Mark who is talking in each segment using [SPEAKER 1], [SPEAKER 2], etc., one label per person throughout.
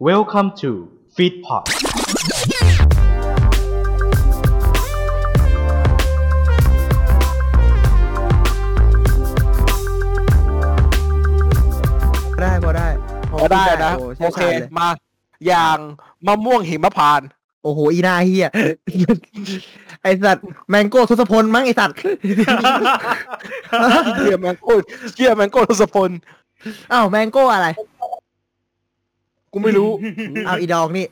[SPEAKER 1] Welcome to Feedpot
[SPEAKER 2] พอได้พอได้
[SPEAKER 3] พอได้นะ
[SPEAKER 2] โอ้ชี่
[SPEAKER 3] โอ
[SPEAKER 2] ยว
[SPEAKER 3] เค
[SPEAKER 2] ชาญลย
[SPEAKER 3] มาอย่างมะม่วงหิมพานต์
[SPEAKER 2] โอ้โหอีหนาเฮีย ไอสัตว์แมงโก้ทศพลมั้งไอสัตว์
[SPEAKER 3] เชียแมงโก้เชียแมงโก้ทศพล
[SPEAKER 2] อ้าวแมงโก้อะไร
[SPEAKER 3] กูไม่รู้
[SPEAKER 2] อ้าวอีดองนี่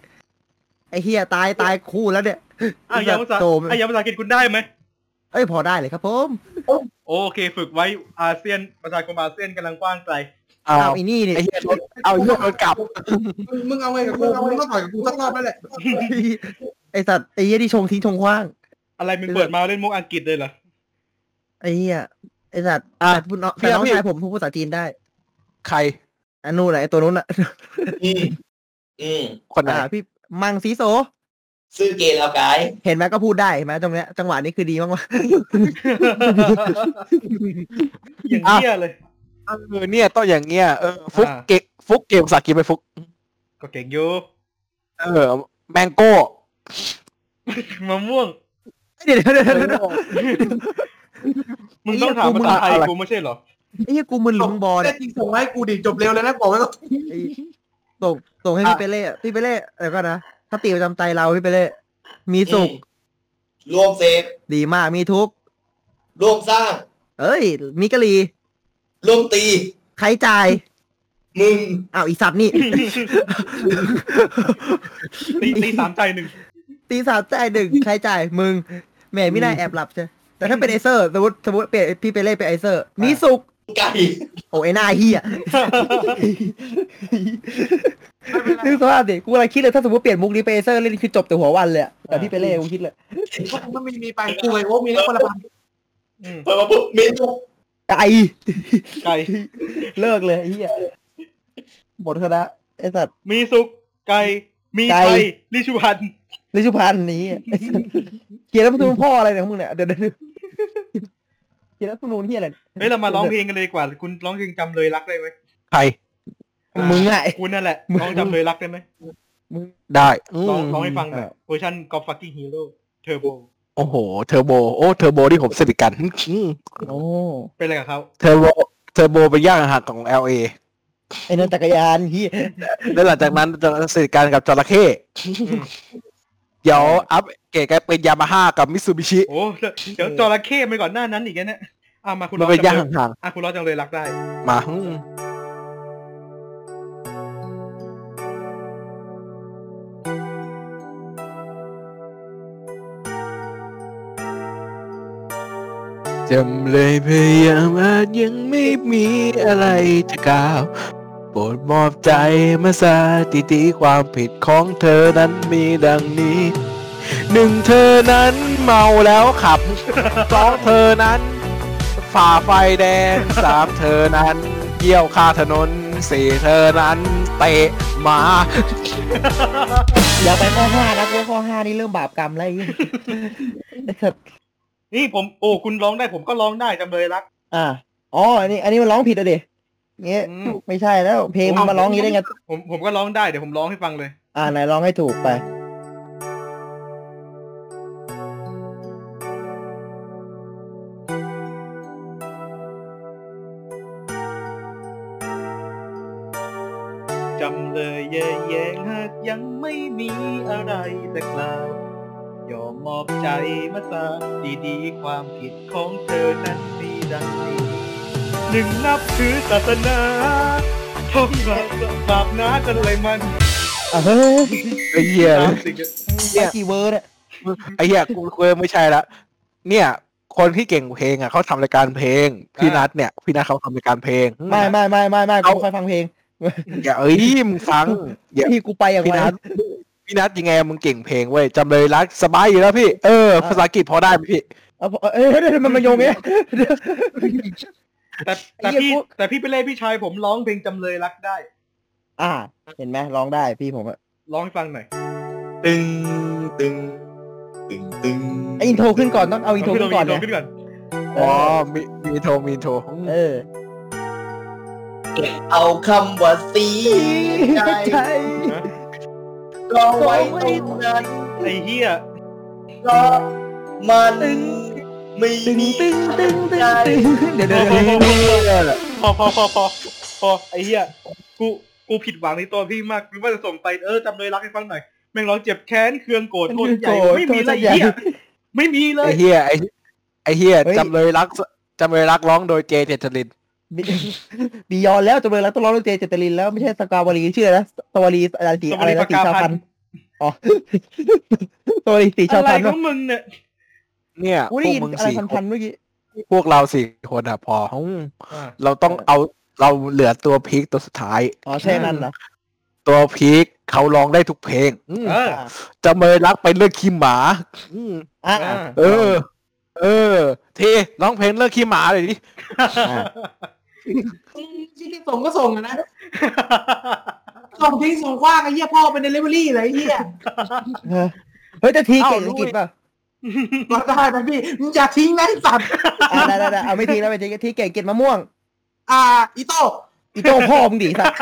[SPEAKER 2] ไอเฮียตายตายคู่แล้วเนี่ย
[SPEAKER 4] อ้าวยังภาษา
[SPEAKER 2] โตมัน
[SPEAKER 4] อ้าวยังภาษาอังกฤษคุณได้ไหม
[SPEAKER 2] เอ้ยพอได้เลยครับผม
[SPEAKER 4] โอเค ฝึกไว้อาเซียนประชาคมอาเซียนกำลังกว้างไกล
[SPEAKER 3] เอา
[SPEAKER 2] อ้าวอีนี่นี่
[SPEAKER 3] ไอ้เหี้ยชนเอาเหี้ยมันกลับ
[SPEAKER 5] มึงเอาไงกับกูมึงต้องต่อยกับกูสักรอบนั่นแหละ
[SPEAKER 2] ไอสัตว์ไอเฮียที่ชงทิ้งชงขว้าง
[SPEAKER 4] อะไรมึงเปิดมาเล่นมุกอังกฤษ เลยเหรอ
[SPEAKER 2] ไอเฮียไอสัตว์
[SPEAKER 3] อ่ะ
[SPEAKER 2] แต่พูดน้อง
[SPEAKER 3] เพื่
[SPEAKER 2] แต่
[SPEAKER 3] อน
[SPEAKER 2] น้อง
[SPEAKER 3] พี่
[SPEAKER 2] ชายผมพูดภาษาจีนได้
[SPEAKER 3] ใคร
[SPEAKER 2] อันนู้นแหละไอตัวนู้นน่ะ
[SPEAKER 5] อืมอืม
[SPEAKER 3] คนไหน
[SPEAKER 2] อ่าพี่มังซีโซ
[SPEAKER 5] ซื้อเกณฑ์แล้วไกด์
[SPEAKER 2] เห็นไหมก็พูดได้เห็นไหมตรงเนี้ยจังหวะนี้คือดีมากว่า
[SPEAKER 4] อย่างเที่ยเลย
[SPEAKER 3] เออเนี่ยต้องอย่างเงี้ยเออฟุก
[SPEAKER 4] อ่า
[SPEAKER 3] เกะฟุกเกมภาษาอังกฤษไปฟุก
[SPEAKER 4] ก็เก่งอยู่
[SPEAKER 3] เออ แมงโก้
[SPEAKER 4] มะม่วง
[SPEAKER 2] เดี๋ยวเดี๋ยวเดี๋ยวเดี๋ยว
[SPEAKER 4] มึงต้องถามภาษาไทยกูไม่ใช่เหรอ
[SPEAKER 2] ไอ้เหี้ยกูมึนลุงบอล
[SPEAKER 5] แต่
[SPEAKER 2] เนี่ย
[SPEAKER 5] จริงส่งมาให้กูดิจบเร็วเลยนะบอกไว้ก่อน
[SPEAKER 2] ไอ้ส่งส่งให้พี่เปเล่พี่เปเล่แล้วก็นะคติประจำใจเราพี่เปเล่มีสุข
[SPEAKER 5] รวมเสพ
[SPEAKER 2] ดีมากมีทุกข์
[SPEAKER 5] รวมสร้าง
[SPEAKER 2] เอ้ย มีกะลี
[SPEAKER 5] รวมตี
[SPEAKER 2] ใครจ่าย
[SPEAKER 5] มึง
[SPEAKER 2] อ้าวอีสัตว์นี่
[SPEAKER 4] ตีตีสามใจหนึ่ง
[SPEAKER 2] ตีสามจ่ายหนึ่งใครจ่ายมึงแหมไม่ได้แอบหลับใช่แต่ถ้าเป็นไอเซอร์สมมติสมมติเปลี่ยนพี่เปเล่เป็นไอเซอร์ มีสุข
[SPEAKER 5] ไก่
[SPEAKER 2] โอ้ไอหน้าเฮียนึกสภาพดิกูอะไรคิดเลยถ้าสมมติเปลี่ยนมุกนี้ไปนไอเซอร์เล่นคือจบแต่หัววันเลยอะแต่พี่เปเล่กูคิดเลย
[SPEAKER 5] มันมีมีไปกูไอ้โอ้มีแล้วคนละพัน
[SPEAKER 4] อืม
[SPEAKER 5] เปิดมาปุ๊บมีทุก
[SPEAKER 2] ไกล
[SPEAKER 4] ไก่
[SPEAKER 2] เลิกเลยไอ้เฮียหมดคณะไอ้สัตว์
[SPEAKER 4] มีสุกไก่มี
[SPEAKER 2] ไก่
[SPEAKER 4] ไทยลิชูพันธ์
[SPEAKER 2] ลิชุพันธ์หนี้เขียนรัฐธรรมนูญพ่ออะไรเนี่ยของมึงเนี่ยเดี๋ยวเดี๋ยวเดี๋ยวเขียนรัฐธรรมนูญเฮียอะไร
[SPEAKER 4] เฮ้ยเรามาร้องเพลงกันเลยดีกว่า คุณร้องเพลงจำเลยรักได้ไหม
[SPEAKER 3] ใคร
[SPEAKER 2] มึงอ่ะไอ้
[SPEAKER 4] คุณนั่นแหละ
[SPEAKER 2] มึง
[SPEAKER 4] ร้องจำเลยรักได้ไหม
[SPEAKER 2] มึง
[SPEAKER 3] ได้อืม
[SPEAKER 4] ร้องร้องให้ฟังหน่อยเวอร์ชันกอล์ฟฟักกิ้งฮีโร่เทอร์โบ
[SPEAKER 3] โอ้โหเทอร์โบโอ้เทอร์โบที่ผมสนิทกันอืม
[SPEAKER 2] โอ้
[SPEAKER 4] เป็นอะไรกับเขา
[SPEAKER 3] เทอร์โบเทอร์โบเป็นย่างอาหารของ LA
[SPEAKER 2] ไอ้นั่นจักรยานเฮีย
[SPEAKER 3] แล้วหลังจากนั้นจะสนิทกันกับจระเข้
[SPEAKER 4] อืม
[SPEAKER 3] เดี๋ยวอัพเกรดกันเป็นยามาฮ่ากับมิ t ซูบิชิ
[SPEAKER 4] โอ้เดี๋ยวจระเข้ไปก่อนหน้านั้นอีกนะเนี่ยอ่ะมาคุณ
[SPEAKER 3] มัน
[SPEAKER 4] อ
[SPEAKER 3] เป็น
[SPEAKER 4] จำ
[SPEAKER 3] ย่าง
[SPEAKER 4] เลย
[SPEAKER 3] ห่าง
[SPEAKER 4] อ่ะคุณรอจังเลยรักได้
[SPEAKER 3] ๆมาอืมจำเลยพยายามอาจยังไม่มีอะไรจะกล่าว โปรดมอบใจมาสาติติความผิดของเธอนั้นมีดังนี้ หนึ่งเธอนั้นเมาแล้วขับ สองเธอนั้น ฝ่าไฟแดงสามเธอนั้นเกี่ยวข้างถนนสี่เธอนั้นเตะหมา
[SPEAKER 2] อย่าไปข้อห้านะเพราะข้อห้านี่เริ่มบาปกรรมแล้วไอ้เหี้ยไอ้สัตว์
[SPEAKER 4] นี่ผมโอ้คุณร้องได้ผมก็ร้องได้จำเลยรัก
[SPEAKER 2] อ่าอ๋ออันนี้ อันนี้มันร้องผิดอะดิเงี้ย
[SPEAKER 4] อืม
[SPEAKER 2] ไม่ใช่แล้ว เพลงมันมาร้องอย่างนี้ได้ไง
[SPEAKER 4] ผมผมก็ร้องได้เดี๋ยวผมร้องให้ฟังเลย
[SPEAKER 2] อ่าไหนร้องให้ถูกไป
[SPEAKER 4] จำเลยเย่แยงหากยังไม่มีอะไรจะกล่าวยอมมอบใจมาสาดีๆ ความผิดของเธอนั้นมีดังนี้หนึ่งนับถือศาสนาท่องบาปบาปนะกันเลยมัน
[SPEAKER 2] อ่ะเฮ้ย
[SPEAKER 3] ไอ้เหี้ย
[SPEAKER 4] ตามสิ่งที่
[SPEAKER 2] ไปกี่เวอร์เนี่ย
[SPEAKER 3] ไอ้เหี้ยกูกูไม่ใช่ละเนี่ย คนที่เก่งเพลงอ่ะเขาทำรายการเพลงพี่นัทเนี่ยพี่นัทเขาทำรายการเพลง
[SPEAKER 2] ไม่ไม่ไม่ไม่ไม่กูค่อยฟังเพลง
[SPEAKER 3] อย่าเอ้ยมึงฟังอย่า
[SPEAKER 2] พี่กูไปอย่าง
[SPEAKER 3] พี่
[SPEAKER 2] ไร
[SPEAKER 3] นัทพี่นัทยังไงมึงเก่งเพลงเว้ยจำเลยรักสบายอยู่แล้วพี่ เออ ภาษาอังกฤษพอได้ไหมพี่
[SPEAKER 2] เอาพอเอ้ยเดี๋ยวมันมาโยงเงี้ย
[SPEAKER 4] แต่แต่
[SPEAKER 2] ไอ้เหี้
[SPEAKER 4] พี่
[SPEAKER 2] ยกู
[SPEAKER 4] แต่พี่ไปเล่พี่ชายผมร้องเพลงจำเลยรักได้
[SPEAKER 2] อ่า เห็นไหมร้องได้พี่ผมอะ
[SPEAKER 4] ร้องให้ฟังหน่อย
[SPEAKER 5] ตึงตึงตึงตึง
[SPEAKER 2] ไออินโทรขึ้นก่อนต้องเอาอินโทรขึ้นก่อน
[SPEAKER 4] เา
[SPEAKER 2] นะ
[SPEAKER 4] ขึ้นก่อน
[SPEAKER 3] อ๋อ มีมีโทรมีโทร
[SPEAKER 2] เออ
[SPEAKER 5] เอาคำว่าสี
[SPEAKER 2] ใช่
[SPEAKER 4] นะ
[SPEAKER 6] เราไว้ตรงนั้น
[SPEAKER 4] ไอ้เหี้ย
[SPEAKER 6] เพราะมันไม่
[SPEAKER 3] ตึง
[SPEAKER 6] มี
[SPEAKER 3] ตึงตึงตึงตึง
[SPEAKER 2] เดี๋ยว
[SPEAKER 4] พ
[SPEAKER 2] เดี๋
[SPEAKER 4] อ
[SPEAKER 2] ยว
[SPEAKER 4] พ
[SPEAKER 2] เดี๋
[SPEAKER 4] อ
[SPEAKER 2] ยว
[SPEAKER 4] พอพอพอพอพอพอพอไอ้เหี้ยกูกูผิดหวังในตัวพี่มากกูว่าจะส่งไปเออจำเลยรักให้ฟังหน่อยแม่งร้องเจ็บแค้นเคืองโกรธโทษใหญ่ไม่มีเลยไอ้เหี้ยไม่มีเล
[SPEAKER 3] ไอย เฮียไอไอเฮีย
[SPEAKER 4] เฮ้ย
[SPEAKER 3] จำเลยรักจำเลยรักร้องโดยเจเจตลิน
[SPEAKER 2] มีมียอนแล้วจำเลยรักต้องร้องดนตรีเจตลินแล้วไม่ใช่สกาวลีชื่ออะไรนะตวลีอะไรสีอะไรนะสีชาวพันธุ์อ๋อตวลีสีชาว
[SPEAKER 4] อะไร
[SPEAKER 2] พันธุ์
[SPEAKER 4] ข
[SPEAKER 2] วะ
[SPEAKER 4] องมึงเนี่ย
[SPEAKER 3] เนี่ยพ
[SPEAKER 2] กูได้
[SPEAKER 3] วก
[SPEAKER 2] ยิน
[SPEAKER 3] มึง
[SPEAKER 2] อะไร
[SPEAKER 3] สี่ค
[SPEAKER 2] พั
[SPEAKER 3] น
[SPEAKER 2] นๆเมื่อกี้
[SPEAKER 3] พวกเราสี่คนอะพอเราต้องเอาเราเหลือตัวพีคตัวสุดท้าย
[SPEAKER 2] อ๋อใช่นั่นเหรอ
[SPEAKER 3] ตัวพีคเขาร้องได้ทุกเพลงอืม
[SPEAKER 4] เออ
[SPEAKER 3] จำเลยรักเป็นเรื่องขี้หมาอืม
[SPEAKER 2] อ่ะ
[SPEAKER 3] เออ เออ เทร้องเพลงเรื่องขี้หมาเลยดิ
[SPEAKER 6] ที่ส่งก็ส่งอะนะ ส่งทิ้งส่งขว้างไอ้เหี้ยพ่อเป็นเดลิเวอรี่เลยไอ้เหี้ย
[SPEAKER 2] เฮ้ยแต่ทีเก่ง
[SPEAKER 3] เอ้า
[SPEAKER 2] อังกฤษป่ะ
[SPEAKER 6] มาได้นะพี่มึงอย่าทิ้งนะไอ้สัตว์
[SPEAKER 2] อ่ะได้ได้ได้เอาไม่ทิ้งแล้วไม่ทิ้งทีเก่งอังกฤษมะม่วง
[SPEAKER 6] อ่าอีโต้
[SPEAKER 2] อีโต้พ่อมึง ดิสัตว์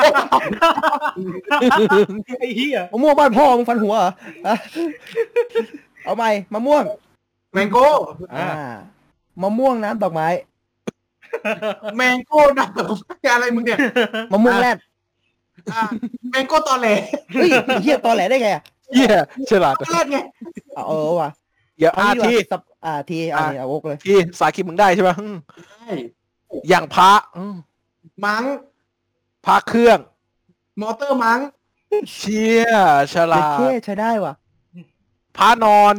[SPEAKER 4] ไอ้เหี้ย
[SPEAKER 2] มะม่วงบ้านพ่อมึงฟันหัวเหรออ่ะเอาใหม่มะม่วง
[SPEAKER 6] แมงโก้
[SPEAKER 2] อ่า มะม่วงน้ำดอกไม้
[SPEAKER 6] แมงโก้นะอะไรมึงเนี่ย
[SPEAKER 2] มะม่วงแรด
[SPEAKER 6] อ่าแมงโก้ตอแหล
[SPEAKER 2] เฮ้ยไอ้เฮียตอแหลได้ไงอ่ะ
[SPEAKER 3] เฮียฉลาดอะ
[SPEAKER 6] แรดไง
[SPEAKER 2] เอาเออว่ะ
[SPEAKER 3] อย่า
[SPEAKER 2] เอา
[SPEAKER 3] อา
[SPEAKER 2] งี้ดีกว่า
[SPEAKER 3] ที
[SPEAKER 2] สับอ่าทีเอาเนี่ยเอาวกเลย
[SPEAKER 3] ทีสาคิดมึงได้ใช่ปะอืม
[SPEAKER 6] ใช่
[SPEAKER 3] อย่างพระอืม
[SPEAKER 6] มัง
[SPEAKER 3] พระเครื่อง
[SPEAKER 6] มอเตอร์มัง
[SPEAKER 3] เชี่ยฉลาด
[SPEAKER 2] เท่ใช้ได้ว่ะ
[SPEAKER 3] พระนอน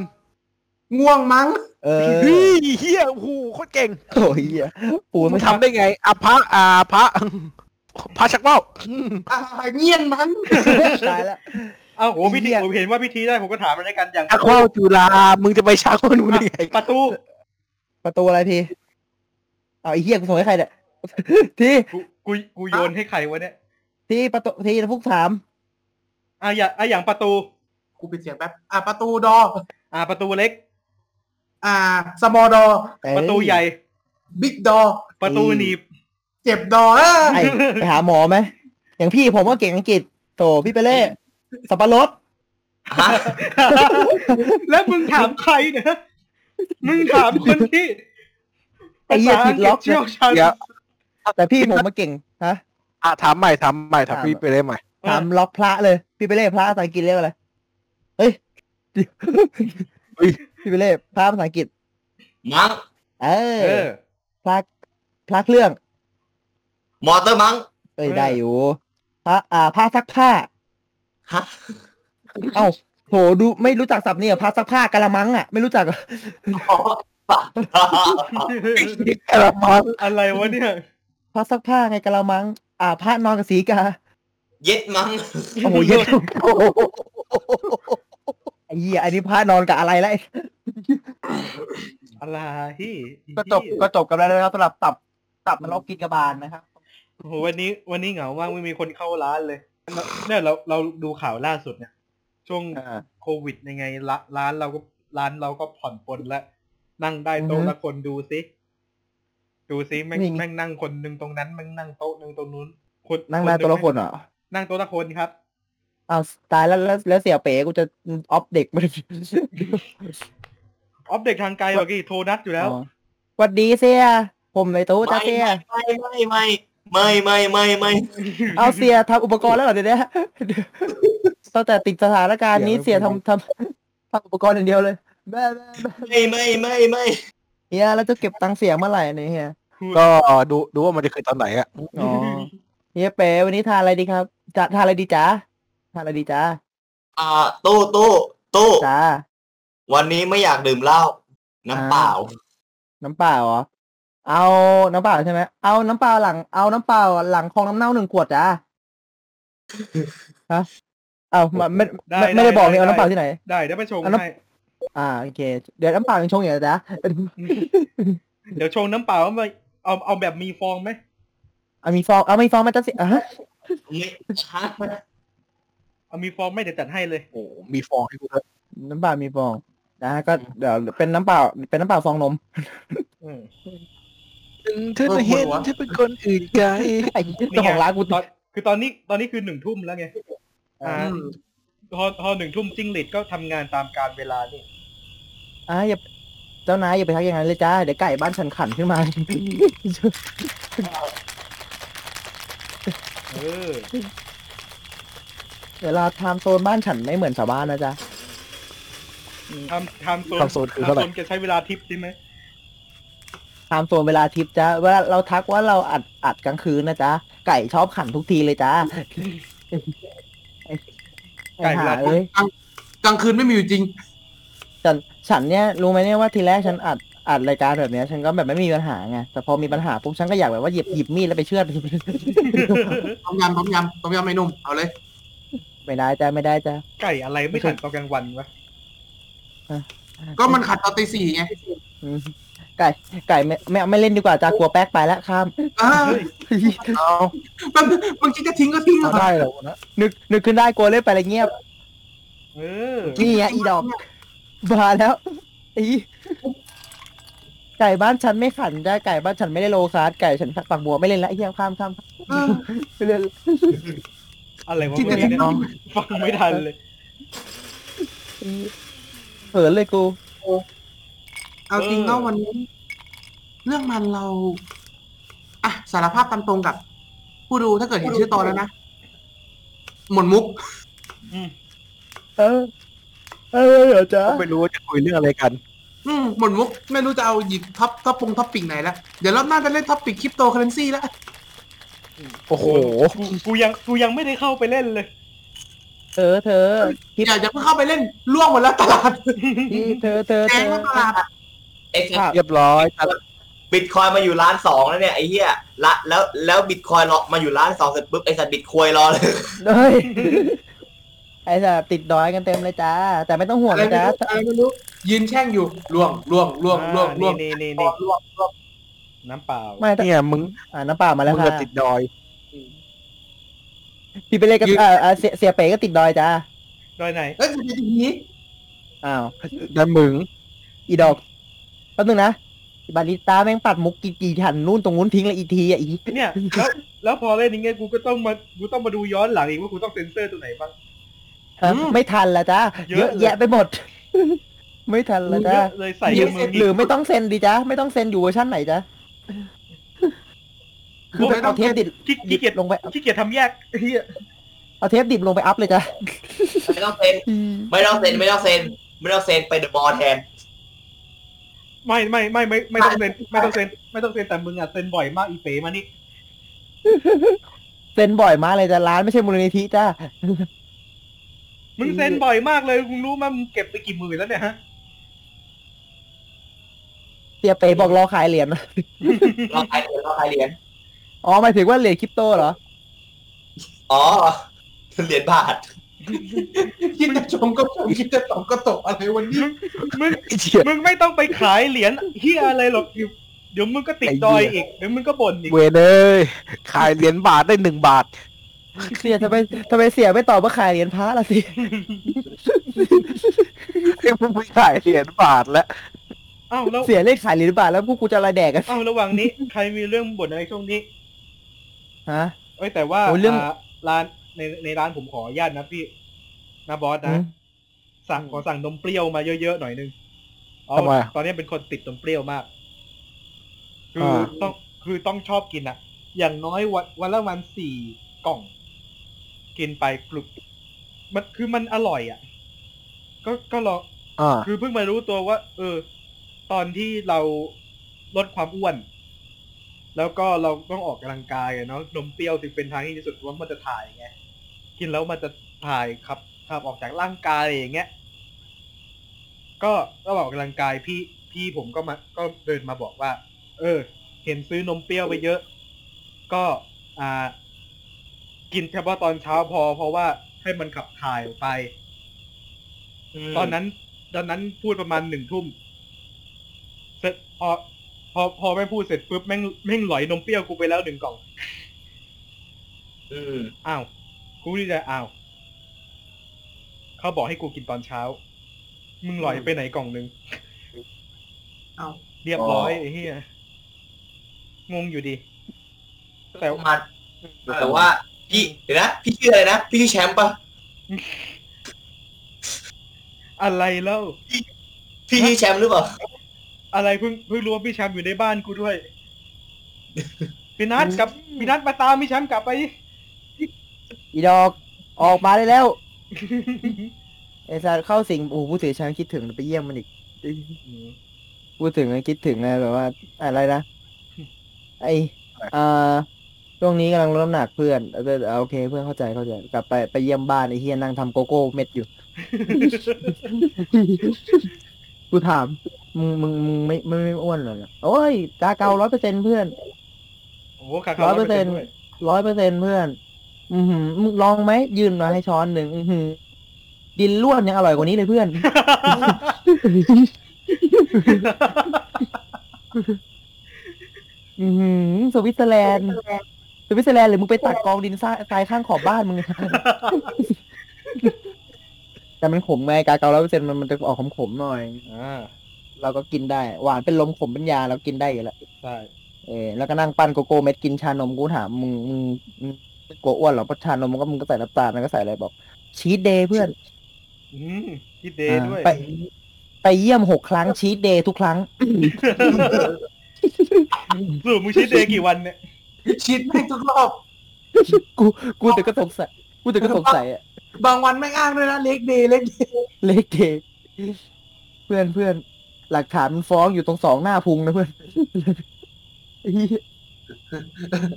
[SPEAKER 6] ง่วงมัง
[SPEAKER 2] เอ อ
[SPEAKER 3] เฮ้ยเฮียโอ้โหโคตรเก่ง
[SPEAKER 2] โอ้ยเหี้ยปู
[SPEAKER 3] มึ
[SPEAKER 2] ไม่
[SPEAKER 3] ง
[SPEAKER 2] ท
[SPEAKER 3] ทำได้ไงอะพระอาพระ พระชักเป้าอืม
[SPEAKER 6] อ่าเงียนมัง
[SPEAKER 2] ำตายแล้ว
[SPEAKER 4] เอ้าโหพิธี
[SPEAKER 2] ไอ้เหี้ย
[SPEAKER 4] ผมเห็นว่าพิธีได้ผมก็ถามมันด้วยกันอย่าง
[SPEAKER 3] ชักเป้าจุฬามึงจะไปชักเป้าหนูได้ไง
[SPEAKER 4] ประตู
[SPEAKER 2] ประตูอะไรทีเอาไอ้เฮียกูส่งให้ใครเนี่ย ที
[SPEAKER 4] กูกูกูโยนให้ใครวะเนี่ย
[SPEAKER 2] ทีประตูทีพวกถาม
[SPEAKER 4] อ่ะอย่างอ่ะอย่างประตู
[SPEAKER 6] กูปิดเสียงแป๊บอ่าประตูดอ
[SPEAKER 4] อ่ะประตูเล็ก
[SPEAKER 6] อ่าสมอดอ
[SPEAKER 4] ประตูใหญ่
[SPEAKER 6] บิ๊กดอ
[SPEAKER 4] ประตูหนีบ
[SPEAKER 6] เจ็บดอเออ
[SPEAKER 2] ไอ้ไปหาหมอไหม อย่างพี่ผมก็เก่งอังกฤษโถพี่ไปเล่ สับปะรด
[SPEAKER 4] แล้วมึงถามใครเนี่ยมึงถามคนที่
[SPEAKER 2] ไอ้เหี้ยผิดล็อก
[SPEAKER 4] เชี่ยวชาญ
[SPEAKER 3] เดี๋ยว
[SPEAKER 2] แต่พี่ผมมาเก่งฮะ
[SPEAKER 3] อ่ะถามใหม่ถามใหม่ถามพี่ไปเลยใหม่
[SPEAKER 2] ถามล็อกพระเลย พี่ไปเล่พระภาษาอังกฤษเรียกอะไร เฮ้ยเดี๋ยวพี่ไปเล่พระภาษาอังกฤษ
[SPEAKER 5] มัง
[SPEAKER 2] เอ
[SPEAKER 4] เอ
[SPEAKER 2] อ
[SPEAKER 4] อ
[SPEAKER 2] พระพระเครื่อง
[SPEAKER 5] มอเตอร์มัง
[SPEAKER 2] เอ้ย
[SPEAKER 4] เออ
[SPEAKER 2] ได้อยู่พระอ่าผ้าซักผ้า
[SPEAKER 5] ฮะ
[SPEAKER 2] เอ้าโหดูไม่รู้จักศัพท์นี่เหรอผ้าซักผ้ากะละมังอ่ะไม่รู้จักเหรอ
[SPEAKER 3] อะไรวะ
[SPEAKER 4] อะไรวะเนี่ย
[SPEAKER 2] ผ้าซักผ้าไงกะละมัง อ่าผ้านอนกับสีกา
[SPEAKER 5] เย็ดมัง
[SPEAKER 2] โอ้โหเย็ดไอ้เหี้ยอันนี้พระนอนกับอะไรแล้วไอ้
[SPEAKER 4] อะไร
[SPEAKER 2] ก็จบก็จบกันแล้วนะครับสำหรับตับตับมันลอกกินกระบาลนะครับ
[SPEAKER 4] โอ้โหวันนี้วันนี้เหงามากไม่มีคนเข้าร้านเลยเนี่ยเราเราดูข่าวล่าสุดเนี่ยช่วง โควิดยังไงละร้านเราก็ร้านเราก็ผ่อนปลนและ นั่งได้โต๊ะ
[SPEAKER 2] อือฮึ
[SPEAKER 4] ละคนดูซิดูซิแม่ง
[SPEAKER 2] นี่
[SPEAKER 4] แม่งนั่งคนหนึ่งตรงนั้นแม่งนั่งโต๊ะหนึ่งตรงนู้นคน
[SPEAKER 2] นั่งได้ตัวละคนเหรอ
[SPEAKER 4] นั่งโต๊ะละคนครับ
[SPEAKER 2] อ้าวตายแล้วแล้วแล้วเสียเป๋กูจะออฟเด็กมัน
[SPEAKER 4] ออฟเด็กทางไกลเมื่อกี้โทรนัดอยู่แล้ว
[SPEAKER 2] อ๋อสวัสดีเสียผมในตู้จ้าเสีย
[SPEAKER 5] ไม่ไม่ไม่ไม่ไม่ไม่ไม่
[SPEAKER 2] เอาเสียทำอุปกรณ์แล้วเหรอเดี๋ยวนะตั้งแต่ติดสถานการณ์นี้เสียทำทำทำอุปกรณ์อย่างเดียวเลยแม่แม่แม่
[SPEAKER 5] ไม่ไม่ไม่ไม่
[SPEAKER 2] เฮียแล้วจะเก็บตังค์เสียเมื่อไหร่เนี่ยเฮีย
[SPEAKER 3] ก็ดูดูว่ามันจะเคยตอนไหนอะ
[SPEAKER 2] อ๋อเฮียเป๋วันนี้ทานอะไรดีครับจะทานอะไรดีจ๊ะทานอะไรดีจ๊ะ
[SPEAKER 5] อ่าตู้ตู้ตู้
[SPEAKER 2] จ๊ะ
[SPEAKER 5] วันนี้ไม่อยากดื่มเหล้าน้ำเปล่า
[SPEAKER 2] น้ำเปล่าเหรอเอาน้ำเปล่าใช่ไหมเอาน้ำเปล่าหลังเอาน้ำเปล่าหลังคลองน้ำเน่าหนึ่งขวดจ้ะฮะเอามาไม่
[SPEAKER 4] ได้
[SPEAKER 2] ไม่ไม่ได้บอกเลย
[SPEAKER 4] ได้
[SPEAKER 2] เอาน้ำเปล่าที่ไหน
[SPEAKER 4] ได้เดี๋ยวไปชง
[SPEAKER 2] เอาน้ำ
[SPEAKER 4] ให้
[SPEAKER 2] อ่าโอเคเดี๋ยวน้ำเปล่ายังชงอยู่นะจ๊ะ
[SPEAKER 4] เดี๋ยวชงน้ำเปล่ามาเอาเอาแบบมีฟองไหม
[SPEAKER 2] เอามีฟองเอาไม่ฟองมาจ้าเสียอ่ะฮะ
[SPEAKER 5] ไม่ใช่
[SPEAKER 4] เอามีฟองไหม่เดี๋ยวจัดให้เลย
[SPEAKER 3] โอ้โหมีฟองให้กูด้วย
[SPEAKER 2] น้ำเปล่ามีฟอง นะก็เดี๋ยวเป็นน้ำเปล่าเป็นน้ำเปล่าฟองนม
[SPEAKER 4] อืม
[SPEAKER 3] เธอเห็นเธอเป็นคนอื่นไกล
[SPEAKER 2] ไอ้เจ้าของร้านกู
[SPEAKER 4] ต
[SPEAKER 2] ต
[SPEAKER 4] อ
[SPEAKER 2] อน น
[SPEAKER 4] คือตอนนี้ตอนนี้คือหนึ่งทุ่มแล้วไง อ่า
[SPEAKER 6] อืม
[SPEAKER 4] พอพอหนึ่งทุ่มจิ้งหรีดก็ทำงานตามการเวลานี่
[SPEAKER 2] อ่ะอย่าเจ้านายอย่าไปทักอย่างนั้นเลยจ้าเดี๋ยวไก่บ้านฉันขันขึ้นมา
[SPEAKER 4] เออ
[SPEAKER 2] เวลาไทม์โซนบ้านฉันไม่เหมือนชาวบ้านนะจ๊ะ
[SPEAKER 4] ทำทำโซน
[SPEAKER 3] time zone คือเท่าไหร่
[SPEAKER 4] time zone จะใช้เวลาทิปใช่ไหม
[SPEAKER 2] ไทม์โซนเวลาทิปจ้ะเว่าเราทักว่าเราอัดอัดกลางคืนนะจ๊ะ ไก่ชอบขันทุกทีเลยจ้ะ
[SPEAKER 4] ไก่เวลา
[SPEAKER 2] หาเอ้ย
[SPEAKER 6] กลางคืนไม่มีอยู่จริง
[SPEAKER 2] ฉันฉันเนี่ยรู้ไหมเนี่ยว่าทีแรกฉันอัดอัดรายการแบบเนี้ย ฉันก็แบบไม่มีปัญหาไงแต่พอมีปัญหาปุ๊บฉันก็อยากแบบว่าหยิบหยิบมีดแล้วไปเชือด
[SPEAKER 6] ต้มยำต้มยำต้มยำไม่นุ่ม เอาเลย
[SPEAKER 2] ไม่ได้จ้ะไม่ได้จ้ะ
[SPEAKER 4] ไก่อะไรไม่ขันตอนกลางวันวะ
[SPEAKER 6] ก็มันขัดตอนตีสี่ไง
[SPEAKER 2] อืมไก่ไก่ไม่ไม่ไม่เล่นดีกว่าจ้ากลัวแป๊กไปแล้วข้าม
[SPEAKER 6] เออ
[SPEAKER 2] เอา
[SPEAKER 6] มันบางทีจะทิ้งก็ทิ้ง
[SPEAKER 2] เอา
[SPEAKER 6] เถอะ
[SPEAKER 2] ได้เหรอวะนะนึกนึกขึ้นได้กลัวเล่นไปอะไรเงียบ
[SPEAKER 4] เออ
[SPEAKER 2] นี่ไงอีดอกมาแล้วอีไก่บ้านฉันไม่ขันจ้ะไก่บ้านฉันไม่ได้โลคาร์ดไก่ฉันฝักบัวไม่เล่นละไอ้เหี้ยข้ามข้าม
[SPEAKER 6] เออ
[SPEAKER 2] ไม่เล่นละ
[SPEAKER 4] อะไรวะ
[SPEAKER 6] ทิ้งก็
[SPEAKER 4] เมื่อ
[SPEAKER 6] ทิ้
[SPEAKER 4] กี้เนี่
[SPEAKER 6] ง
[SPEAKER 4] ย
[SPEAKER 6] เนาะ
[SPEAKER 4] ฟังไม่ทันเลย
[SPEAKER 2] อีเผินเลยกู
[SPEAKER 6] เอาจริงก็วันนี้ เรื่องมันเราอ่ะสารภาพตามตรงกับ ผู้ดูถ้าเกิดเห็นชื่อตอนแล้วนะหมดมุก
[SPEAKER 4] อืม
[SPEAKER 2] เออ เออเดี๋ยวจ้า
[SPEAKER 3] ก็ไม่รู้ว่าจะคุยเรื่องอะไรกัน
[SPEAKER 6] อืมหมดมุก ไม่รู้จะเอาหยิบท็อปท็อปปงท็อปปิกไหนละเดี๋ยวรอบหน้าจะเล่นท็อปปิกคริปโตเคอเรนซีละ
[SPEAKER 3] โอ้โห
[SPEAKER 4] กูกูยังกูยังไม่ได้เข้าไปเล่นเลย
[SPEAKER 2] เธอเธอ
[SPEAKER 6] อย่าอย่าเพิ่งเข้าไปเล่นล่วงหมดแล้วตลาด
[SPEAKER 2] ที่เธอเธอ
[SPEAKER 6] แด
[SPEAKER 2] เธ
[SPEAKER 6] ง
[SPEAKER 2] อ
[SPEAKER 6] แล้วตลาดอะ
[SPEAKER 5] เอ็ก
[SPEAKER 3] เรียบร้อยตัด
[SPEAKER 5] บิตคอยมาอยู่ล้านสองแล้วเนี่ยไอ้เหี้ยละแล้วแล้วบิตคอยรอมาอยู่ล้านสองเสร็จปุ๊บไอ้สัตว์บิตคอยรอเลย
[SPEAKER 2] เฮ้ยไอ้สัตว์ติดดอยกันเต็มเลยจ้าแต่ไม่ต้องห่วง
[SPEAKER 6] อะไร
[SPEAKER 2] นะ
[SPEAKER 6] ไม่
[SPEAKER 2] จ้า
[SPEAKER 6] รู้อะไรไม่รู้ยืนแช่งอยู่ล่วงล่วงล่วงล่วงล่วง
[SPEAKER 4] นี่นี่
[SPEAKER 6] ล่
[SPEAKER 4] นี่
[SPEAKER 6] วงล่วง
[SPEAKER 4] น้ำเปล่า
[SPEAKER 2] ไม่แต่
[SPEAKER 3] เนี่ยมึง
[SPEAKER 2] อ่าน้ำเปล่ามาแล้ว
[SPEAKER 3] มึง
[SPEAKER 2] ค่ะ
[SPEAKER 3] จะติดดอย
[SPEAKER 2] พี่ไปเล่นกับ
[SPEAKER 6] ยืน
[SPEAKER 2] อ่าอ่าเสียเสียเป๋ก็ติดดอยจ้า
[SPEAKER 4] ดอยไหน
[SPEAKER 6] เอ้ยคุณจะอย่างนี้
[SPEAKER 2] อ้าว
[SPEAKER 3] ดันมึง
[SPEAKER 2] อีดอกแป๊บนึงนะบาริสต้าแม่งปัดมุกกี่กี่ทันนู่นตรงนู้นทิ้งเลยอีกทีอ่ะอี
[SPEAKER 4] เนี่ย แล้วแล้วพอเล่นอย่างเงี้ยกูก็ต้องมากูต้องมาดูย้อนหลังอีกว่ากูต้องเซ็นเซอร์ตัวไหนบ้าง
[SPEAKER 2] ฮะ
[SPEAKER 6] อืม
[SPEAKER 2] ไม่ทันละจ้า
[SPEAKER 4] เย
[SPEAKER 2] เย
[SPEAKER 4] อะ
[SPEAKER 2] อะแยะไปหมด ไม่ทันละจ้า
[SPEAKER 4] เยอะเลยใส่มือ
[SPEAKER 2] หรือไม่ต้องเซ็นดีจ้าไม่ต้องเซ็นอยู่เวอร์ชันไหนจ้าคือแบบเอาเทปดิด
[SPEAKER 4] ขี้
[SPEAKER 2] ดิ
[SPEAKER 4] ขี้เกีย
[SPEAKER 2] ด
[SPEAKER 4] จ
[SPEAKER 2] ลงไป
[SPEAKER 4] ขี้เกียจทำแยกเฮีย
[SPEAKER 2] เอาเทปดิบลงไปอัพเลยจ้า
[SPEAKER 5] ไม่ต้องเซ็นไม่ต้องเซ็นไม่ต้องเซ็นไม่ต้องเซ็นไปเดอะบอลแทน
[SPEAKER 4] ไม่ไม่ไม่ไม่ไม่ต้องเซ็นไม่ต้องเซ็นไม่ต้องเซ็นแต่มึงอ่ะเซ็นบ่อยมากอีเป๋มานี่
[SPEAKER 2] เซ็นบ่อยมากเลยจ้าร้านไม่ใช่มูลนิธิจ้า
[SPEAKER 4] มึงเซ็นบ่อยมากเลยมึงรู้มั้ยมึงเก็บไปกี่หมื่นแล้วเนี่ยฮะ
[SPEAKER 2] เสียเป๋บอกรอขายเหรียญ
[SPEAKER 5] รอใครเหรียญรอใครเหรียญ
[SPEAKER 2] อ๋อหมายถึงว่าเหรียญคริปโตเหรอ
[SPEAKER 5] อ๋อเหรียญบาท
[SPEAKER 6] คิดจะชมก็ชมคิดจะตกก็ตกอะไรวันนี้
[SPEAKER 4] มึง
[SPEAKER 3] ไอ้เหี้ย
[SPEAKER 4] มึงไม่ต้องไปขายเหรียญเฮียอะไรหรอกเดี๋ยวเดี๋ยวมึงก็ติดดอยอีกเดี๋ยวมึงก็บ่นอีก
[SPEAKER 3] เวยเลยขายเหรียญบาทได้หนึ่งบาท
[SPEAKER 2] เสียทำไมทำไมเสียไม่ตอบว่าขายเหรียญพระล่ะสิ
[SPEAKER 3] ไอ้พวกมึงขายเหรียญบาทแล้ว
[SPEAKER 4] อ้าวแล้ว
[SPEAKER 2] เสียเลขขายเหรียญบาทแล้วพวกกูจะอะไรแดกกัน
[SPEAKER 4] อ้าวระหว่างนี้ ใครมีเรื่องบ่นอะไรช่วงนี้
[SPEAKER 2] ฮะ
[SPEAKER 4] เอ้ยแต่ว่า
[SPEAKER 2] โอ้ยเรื่อง
[SPEAKER 4] าร้านในในร้านผมขออนุญาตนะพี่นะบอสนะ สั่งขอสั่งนมเปรี้ยวมาเยอะๆหน่อยนึงเอา
[SPEAKER 3] ทำไมอะ
[SPEAKER 4] ตอนนี้เป็นคนติดนมเปรี้ยวมาก คือา อต้องคือต้องชอบกินอะอย่างน้อยวันวันละวันสี่กล่อง กินไปกลุบมันคือมันอร่อยอะก็ก็ลอง
[SPEAKER 3] อ่า
[SPEAKER 4] คือเพิ่งมารู้ตัวว่า เออ ตอนที่เราลดความอ้วน แล้วก็เราต้องออกกำลังกายอะเนาะนมเปรี้ยวถึงเป็นทางที่ดีที่สุดเพราะว่ามันจะถ่ายไงกินแล้วมันจะถ่ายขับขับออกจากร่างกายอย่างเงี้ยก็ระหว่างออกกำลังกายพี่พี่ผมก็มาก็เดินมาบอกว่า เออ เห็นซื้อนมเปรี้ยวไปเยอะ ก็อ่า กินเฉพาะตอนเช้าพอ เพราะว่าให้มันขับถ่ายออกไป ตอนนั้นตอนนั้นพูดประมาณหนึ่งทุ่มเสร็จพอพอพอแม่งพูดเสร็จปุ๊บแม่งแม่งหลอยนมเปรี้ยวกูไปแล้วหนึ่งกล่อง
[SPEAKER 5] อืม
[SPEAKER 4] อ้าว กูนี่จะอ้าว เขาบอกให้กูกินตอนเช้า มึงหลอยไปไหนกล่องหนึ่ง
[SPEAKER 6] เอ้า
[SPEAKER 4] เรียบร้อย
[SPEAKER 5] อ๋อ
[SPEAKER 4] ไอ้เหี้ยงงอยู่ดี แต่
[SPEAKER 5] แต่ว่าแต่ว่าพี่เดี๋ยวนะ พี่ชื่ออะไรนะ พี่ชื่อแชมป์ปะ
[SPEAKER 4] อะไรแล้ว
[SPEAKER 5] พี่ชื่อแชมป์หรือเปล่า
[SPEAKER 4] อะไรเพิ่งเพิ่งรู้ว่าพี่แชมป์อยู่ในบ้านกู ด้วยพี่นัทกับพี่นัทมาตามพี่แชมป์กลับไป
[SPEAKER 2] อีดอกออกมาได้แล้ว ไอ้สัตว์เข้าสิงโอ้โหพูดถึงฉันคิดถึงไปเยี่ยมมันอีกพูดถึงแล้วคิดถึงนะแบบว่าอะไรนะ ไอเอ่อช่วงนี้กำลังลดน้ำหนักเพื่อนเออเออโอเคเพื่อนเข้าใจเข้าใจกลับไปไปเยี่ยมบ้านไอ้เฮียนั่งทำโกโก้เม็ดอยู่ กูถาม มึงมึงมึงไม่ไม่ไม่อ้วนเหรอเนี่ยโอ้ยตาเการ้อยเปอร์เซ็นเพื่อน
[SPEAKER 4] โอ้โหขาด
[SPEAKER 2] ร้อยเปอร์เซ็นต์
[SPEAKER 4] ด้วย
[SPEAKER 2] ร้อยเปอร์เซ็นเพื่อน อือหือมึงลองไหมยืนมาให้ช้อนหนึ่งอือหือ ดินล้วนยังอร่อยกว่านี้เลยเพื่อน อือหือสวิตเซอร์แลนด์สวิตเซอร์แลนด์หรือมึงไปตักกองดินทรายทรายข้างขอบบ้านมึง แต่มันขมไงกาเการ้อยเปอร์เซ็นต์มันมันจะออกขมขมๆหน่อย
[SPEAKER 4] อ่า
[SPEAKER 2] เราก็กินได้ หวานเป็นลมขมเป็นยาเรากินได้อยู่แล้ว
[SPEAKER 4] ใช่
[SPEAKER 2] เออแล้วก็นั่งปั้นโกโก้เม็ดกินชานมกูถามมึงมึงมึงไม่กลัวอ้วนเหรอเพราะชานมมันก็มึงก็ใส่น้ำตาลมันก็ใส่อะไรบอก ชีสเดย์เพื่อน
[SPEAKER 4] อืมคิดเดย์ด้วย
[SPEAKER 2] อ่าไป ไปเยี่ยมหกครั้งชีสเดย์ทุกครั้ง
[SPEAKER 4] สรุปมึงคิดเดย์กี่วันเนี่ย
[SPEAKER 6] ชิดแม่งทุกรอบ
[SPEAKER 2] กูกูแต่ก็สงสัยกูแต่ก็สงสัยอะ
[SPEAKER 6] บางวันไม่งอ้างด้วยนะเล็กเดย์เล็กเดย์
[SPEAKER 2] เลขเกเพื่อนเพื่อนหลักฐานมันฟ้องอยู่ตรงสองหน้าพุงนะเพื่อน ไอ้เหี้ย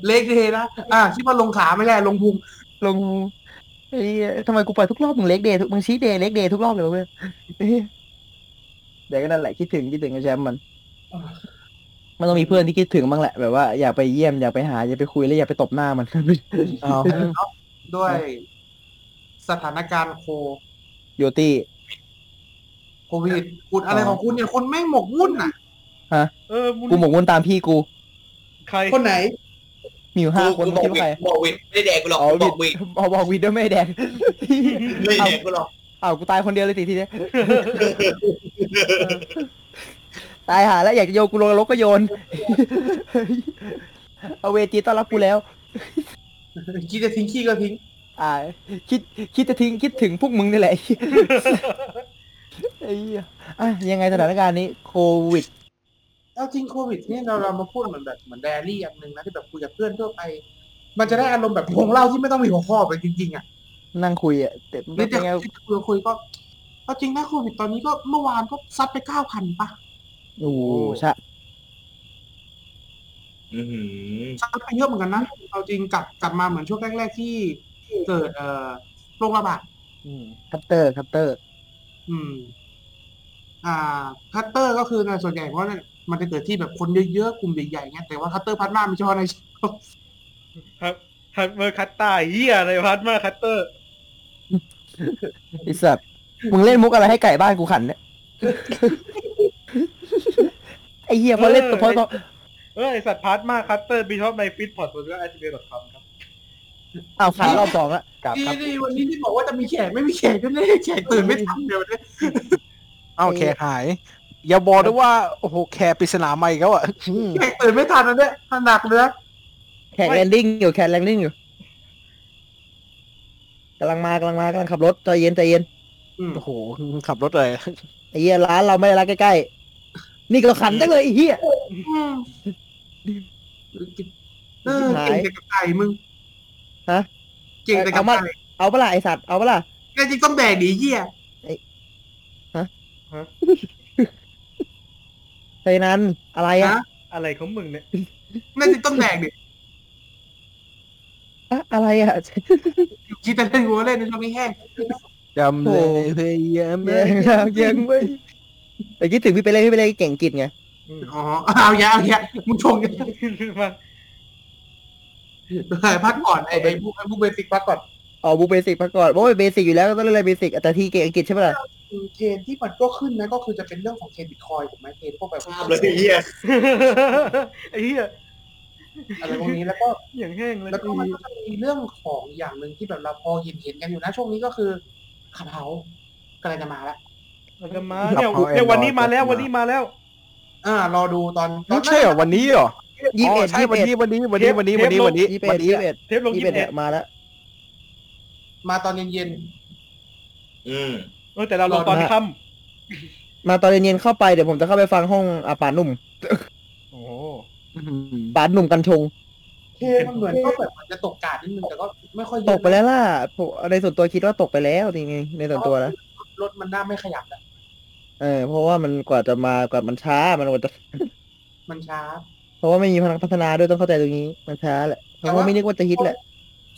[SPEAKER 6] เล็กเดย์นะ อ่าชิดว่าลงขาไม่ได้ลงพุง
[SPEAKER 2] ลงไอ้เหี้ยทำไมกูไปทุกรอบมึงเล็กเดย์ทุกมึงชี้เดย์เล็กเดย์ทุกรอบเลยวะเพื่อนไอ้เหี้ยเดี๋ยวก็นั่นแหละคิดถึงคิดถึงกับแชมป์มัน มันต้องมีเพื่อนที่คิดถึงบ้างแหละแบบว่าอยากไปเยี่ยมอยากไปหาอยากไปคุยแล้วอยากไปตบหน้ามัน
[SPEAKER 6] เอา ด้วยสถานการณ์โค
[SPEAKER 2] โยตี้
[SPEAKER 6] โควิดคุณอะไรของคุณเนี่ยคุณแม่งหมกมุ่นอ่ะ
[SPEAKER 4] เออมึง
[SPEAKER 2] กูหมกมุ่นตามพี่กู
[SPEAKER 4] ใคร
[SPEAKER 6] คนไหน
[SPEAKER 2] มีอยู่ห้า
[SPEAKER 5] กู
[SPEAKER 2] คน
[SPEAKER 5] กู
[SPEAKER 2] มึง
[SPEAKER 5] บอก
[SPEAKER 2] คิดว่า
[SPEAKER 5] วิด
[SPEAKER 2] ใคร
[SPEAKER 5] บอกวิดไม่ได้แดกกูหรอก
[SPEAKER 2] อ๋อ
[SPEAKER 5] กูบ
[SPEAKER 2] วิด
[SPEAKER 5] อกวิด
[SPEAKER 2] เอาบอกวิดด้วยไม่แดง
[SPEAKER 5] ไม่ได้แดกกูหรอก
[SPEAKER 2] อ้าวกูตายคนเดียวเลยสิทีเนี้ย ตายหาแล้วอยากจะโยนกูลงนรกก็โยน เอาเวจีต้อนรับกูแล้ว
[SPEAKER 6] คิดจะทิ้งขี้ก็ทิ้ง
[SPEAKER 2] อ่า คิดคิดจะทิ้งคิดถึงพวกมึงนี่แหละ ไอ้เหี้ยไอ้เหี้ยอ่ะยังไงสถานการณ์นี้โควิด
[SPEAKER 6] เอาจริงโควิดเนี่ยเราเรามาพูดเหมือนแบบเหมือนไดอารี่อย่างหนึ่งนะที่แบบคุยกับเพื่อนทั่วไป มันจะได้อารมณ์แบบวงเล่าที่ไม่ต้องมีหัวข้อไปจริงๆอ่ะ
[SPEAKER 2] นั่งคุยอ่ะแต่
[SPEAKER 6] หรื
[SPEAKER 2] ไม่
[SPEAKER 6] อจะ
[SPEAKER 2] เป็นไง
[SPEAKER 6] จะคุยคุยก็เอาจริงนะโควิดตอนนี้ก็เมื่อวานก็ซัดไปเก้าพันปะ
[SPEAKER 2] โอ้โหชะ
[SPEAKER 5] อื้อหือ
[SPEAKER 6] ซัดไปเยอะเหมือนกันนะเอาจริงกลับกลับมาเหมือนช่วงแรกๆที่เกิดเอ่อโรคระบาด
[SPEAKER 4] อืม
[SPEAKER 2] คัตเตอร์คัตเตอร์
[SPEAKER 6] อืม อ่า คัตเตอร์ก็คือในส่วนใหญ่เพราะมันจะเกิดที่แบบคนเยอะๆกลุ่มใหญ่ๆเงี้ยแต่ว่าคัตเตอร์พัดหน้าไม่ใช่เพราะใน
[SPEAKER 4] ครับฮัตเมอร์คัตตาเฮียอะไรฮัตเมอร์คัตเตอร์
[SPEAKER 2] ไอสัตว์มึงเล่นมุกอะไรให้ไก่บ้านกูขันเนี่ย ไอเหี้ยพอเล่น
[SPEAKER 4] เออ
[SPEAKER 2] พอตอน
[SPEAKER 4] เออไอสัตว์พาร์ทมากคัตเตอร์บีชอปในฟิตพอร์ตบนเว็บไอซีเบลดอทคอมครับ
[SPEAKER 2] อ้าวขารอบสองละกลับ
[SPEAKER 6] นี่
[SPEAKER 2] ครับ
[SPEAKER 6] นี่วันนี้ที่บอกว่าจะมีแขกไม่มีแขกก็เลยแขกตื่นไม่ทันเดี๋ยวนี้
[SPEAKER 3] เอ้าแขกหาย อย่าบอกนะว่า โอ้โห แขกปริศนามาอีกแล้วอ่ะอืม
[SPEAKER 6] แขกตื่นไม่ทันนะเนี่ยหนักเลยนะ
[SPEAKER 2] แข่งแลนดิ้งอยู่แข่งแลนดิ้งอยู่กำลังมากำลังมากำลังขับรถใจเย็นใจเย็น
[SPEAKER 3] โอ้โห ขับรถเลย
[SPEAKER 2] ไอ้เหี้ยร้านเราไม่ได้ร้านใกล้ๆนี่ก็ขันจังเลยไอ้เหี้ย
[SPEAKER 6] เออเก่งแต่กับไก่มึง
[SPEAKER 2] ฮะ
[SPEAKER 6] เก่งแต่กับไก่
[SPEAKER 2] เอาเปะล่าไอสัตว์เอาเปะล่า
[SPEAKER 6] แน่จริงต้องแดกดีเหี้ย
[SPEAKER 2] ไซนั้นอะไรอะ
[SPEAKER 6] ฮะ
[SPEAKER 4] อะไรของมึง เนี่ย
[SPEAKER 6] แน่จริงต้องแดกดิ
[SPEAKER 2] อะอะไรอะ
[SPEAKER 6] คิดแต่เล่นหัวเล่นในช่วงนี้แห้ง
[SPEAKER 3] จำเลยพยายาม
[SPEAKER 2] ยั
[SPEAKER 3] ไม่
[SPEAKER 2] งยังไม่แต่คิดถึงพี่ไปเล่นพี่ไปเล่นเก่งกิจไง
[SPEAKER 6] อ๋อเอาอย่าเอาอย่ามึงชงกัน
[SPEAKER 4] มัน
[SPEAKER 6] เออพักก่อนไอ้ไอ้พวกไอ้พวกเบสิกพักก่อน
[SPEAKER 2] อ๋อบูเบสิกมาก่อนโอ้ยเบสิกอยู่แล้วก็ต้องเล่นอะไรเบสิกแต่ที่เก่งอังกฤษใช่ปะล่ะ
[SPEAKER 6] เทรนที่มันก็ขึ้นนะก็คือจะเป็นเรื่องของเทรนบิตคอยถูกไหมเทรนพวกแบบ
[SPEAKER 5] ภาพ เลยไอ้เฮีย
[SPEAKER 4] ไอ้เหี้ย
[SPEAKER 6] อะไรพวกนี้แล้วก็
[SPEAKER 4] อย่างแห้งเลย
[SPEAKER 6] แล้วก็มันก็จะมีเรื่องของอย่างหนึ่งที่แบบเราพอเห็นเห็นๆกันอยู่นะ ช่วงนี้ก็คือขับเฮากำลังจะมาแล้ว
[SPEAKER 4] เราจะมาเนี่ย
[SPEAKER 3] เราเอา
[SPEAKER 4] เนี่ยวันนี้มาแล้ว
[SPEAKER 3] เอา
[SPEAKER 4] วันนี้มาแล้ว
[SPEAKER 6] อ่ารอดูตอนตอ
[SPEAKER 3] ไม่
[SPEAKER 6] น
[SPEAKER 3] ใช่เหรอวันนี้เหรอ
[SPEAKER 2] ยี่
[SPEAKER 3] อ๋
[SPEAKER 2] สิบ
[SPEAKER 3] อ
[SPEAKER 2] เอ็ด
[SPEAKER 3] ใช่
[SPEAKER 2] ยี่สิบ
[SPEAKER 3] วัน
[SPEAKER 2] เอ็ด
[SPEAKER 3] นี้วันนี้วันนี้วันนี้วันนี้วันนี้
[SPEAKER 2] ยี่สิบ
[SPEAKER 3] วัน
[SPEAKER 2] เอ็ดยี่สิบ
[SPEAKER 3] นี้
[SPEAKER 2] เอ็ด
[SPEAKER 4] เทปลง
[SPEAKER 2] ยี่
[SPEAKER 4] ยี่
[SPEAKER 2] สิ
[SPEAKER 4] สิ
[SPEAKER 2] บบ เอ็
[SPEAKER 4] เอ็
[SPEAKER 2] ด
[SPEAKER 4] ด
[SPEAKER 2] มาแล้ว
[SPEAKER 6] มาตอนเย็น
[SPEAKER 5] อืม
[SPEAKER 4] เออแต่เราลงตอน
[SPEAKER 2] รอดนะ
[SPEAKER 4] ค่
[SPEAKER 2] มาตอนเย็นๆเข้าไปเดี๋ยวผมจะเข้าไปฟังห้องอาป่าหนุ่ม
[SPEAKER 4] ำโอ้
[SPEAKER 2] ป่าหนุ่มกันชง
[SPEAKER 6] เคมันเหมือนก็แบบมันจะตกกาดนิดนึงแต่ก็ไม่ค่อยเย
[SPEAKER 2] ต
[SPEAKER 6] อะ
[SPEAKER 2] กไปแล้วล่ะผมในส่วนตัวคิดว่าตกไปแล้วจริงๆในส่วนตัวนะ
[SPEAKER 6] รถมันหน้าไม่ขยับแล้ว
[SPEAKER 2] เออเพราะว่ามันกว่าจะมากว่ามันช้ามันกว่าจะ
[SPEAKER 6] มันช้า
[SPEAKER 2] เพราะว่าไม่มีพนักพัฒนาด้วยต้องเข้าใจตรงนี้มันช้าแหละเพราะว่าไม่นึกว่าจะฮิตแหละ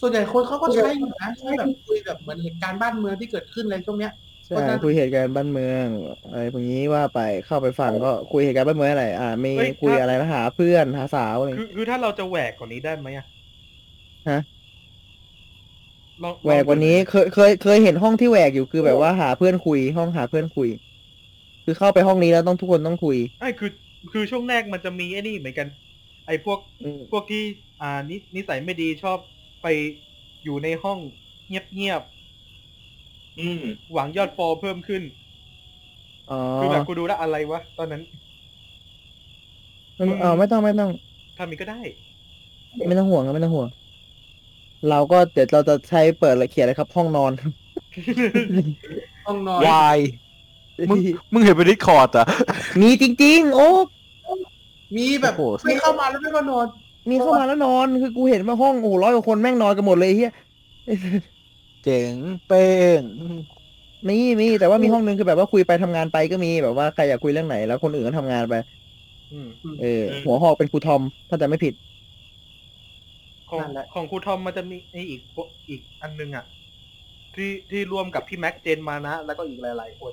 [SPEAKER 6] ส่วนใหญ่คนเขาก็ใช้อยู่นะใช้แบบคุยแบบเหมือนเหตุการณ์บ้านเมืองที่เกิดขึ้นอะไรช่วงเนี้ย
[SPEAKER 2] ใช่คุยเหตุการณ์บ้านเมืองอะไรพวกนี้ว่าไปเข้าไปฟังก็คุยเหตุการณ์บ้านเมืองอะไร อ่ามีคุยอะไรนะหาเพื่อนหาสาวอะไร
[SPEAKER 4] คือคือถ้าเราจะแหวกกว่านี้ได้ไหมอะ
[SPEAKER 2] ฮะ
[SPEAKER 4] ลองลอง
[SPEAKER 2] แหวกวันนี้เคยเคยเคยเห็นห้องที่แหวกอยู่คือแบบว่าหาเพื่อนคุย ห้องหาเพื่อนคุย คือเข้าไปห้องนี้แล้วต้องทุกคนต้องคุย
[SPEAKER 4] ไอ้คือคือช่วงแรกมันจะมีไอ้นี่เหมือนกัน ไอ้พวก
[SPEAKER 2] อืม
[SPEAKER 4] พวกที่อ่านินิสัยไม่ดีชอบไปอยู่ในห้องเงียบ
[SPEAKER 5] อืม
[SPEAKER 4] ๆหวังยอดฟอลเพิ่มขึ้น
[SPEAKER 2] อ๋อ
[SPEAKER 4] คือแบบกูดูแล้วอะไรวะ ตอนนั้น
[SPEAKER 2] มันเออไม่ต้องไม่ต้อง
[SPEAKER 4] ทำอย่างนี้ก็ได้
[SPEAKER 2] ไม่ต้องห่วงครับไม่ต้องห่วง เราก็เดี๋ยวเราจะใช้เปิดและเขียนเลยครับ ห้องนอน
[SPEAKER 6] ต้องนอน
[SPEAKER 2] วาย
[SPEAKER 3] มึง มึงเห็นไปดิสคอร์ดอ่ะ
[SPEAKER 2] มีจริง ๆ โอ้
[SPEAKER 6] มีแบบ
[SPEAKER 2] โอ้โห
[SPEAKER 6] ไม่เข้ามาแล้วไม่ก็นอน
[SPEAKER 2] มีเข้ามาแล้วนอน คือกูเห็นว่าห้องโอ้โหร้อยกว่าคนแม่งนอนกันหมดเลยไอ้เฮีย
[SPEAKER 3] เจ๋งเป้ง
[SPEAKER 2] มีมีแต่ว่ามีห้องนึงคือแบบว่าคุยไปทำงานไปก็มีแบบว่าใครอยากคุยเรื่องไหน แล้วคนอื่นก็ทำงานไป
[SPEAKER 4] อืม
[SPEAKER 2] เออ
[SPEAKER 5] อืม
[SPEAKER 2] หัวหอกเป็นครูทอม ถ้าจะไม่ผิด
[SPEAKER 4] ของ
[SPEAKER 6] นั่นแหละ
[SPEAKER 4] ของครูทอมมันจะมีไอ้อีกพวกอีกอันนึงอ่ะ ที่ที่รวมกับพี่แม็กเจนมานะ แล้วก็อีกหลาย ๆ คน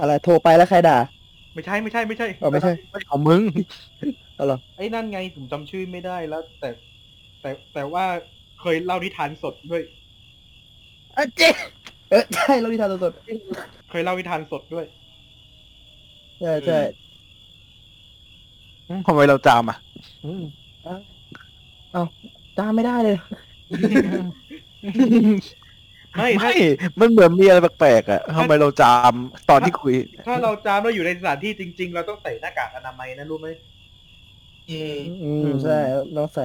[SPEAKER 2] อะไรโทรไปแล้วใครด่า
[SPEAKER 4] ไม่ใช่ไม่ใช่ไม่ใช่
[SPEAKER 2] เออไม่ใช่
[SPEAKER 3] ของมึง
[SPEAKER 4] ไอ้นั่นไงผมจำชื่อไม่ได้แล้ว แต่ แต่แต่ว่าเคยเล่านิทานสดด้วย
[SPEAKER 2] เออเจ๊เออใช่เราดิทานสด
[SPEAKER 4] เคยเล่านิทานสดด้วย
[SPEAKER 2] ๆใช่ใช่
[SPEAKER 3] ทำไมเราจามอ่ะ
[SPEAKER 2] จ้าไม่ได้เลย
[SPEAKER 4] ไม่ถ้า
[SPEAKER 3] ไม่ มันเหมือนมีอะไรแปลกๆอ่ะทำไมเราจามตอนที่คุย
[SPEAKER 4] ถ้าเราจามเราอยู่ในสถานที่จริง ๆ เราต้องใส่หน้ากากอนามัยนะรู้ไหม
[SPEAKER 5] อืม
[SPEAKER 2] อืมใช่ต้องใส่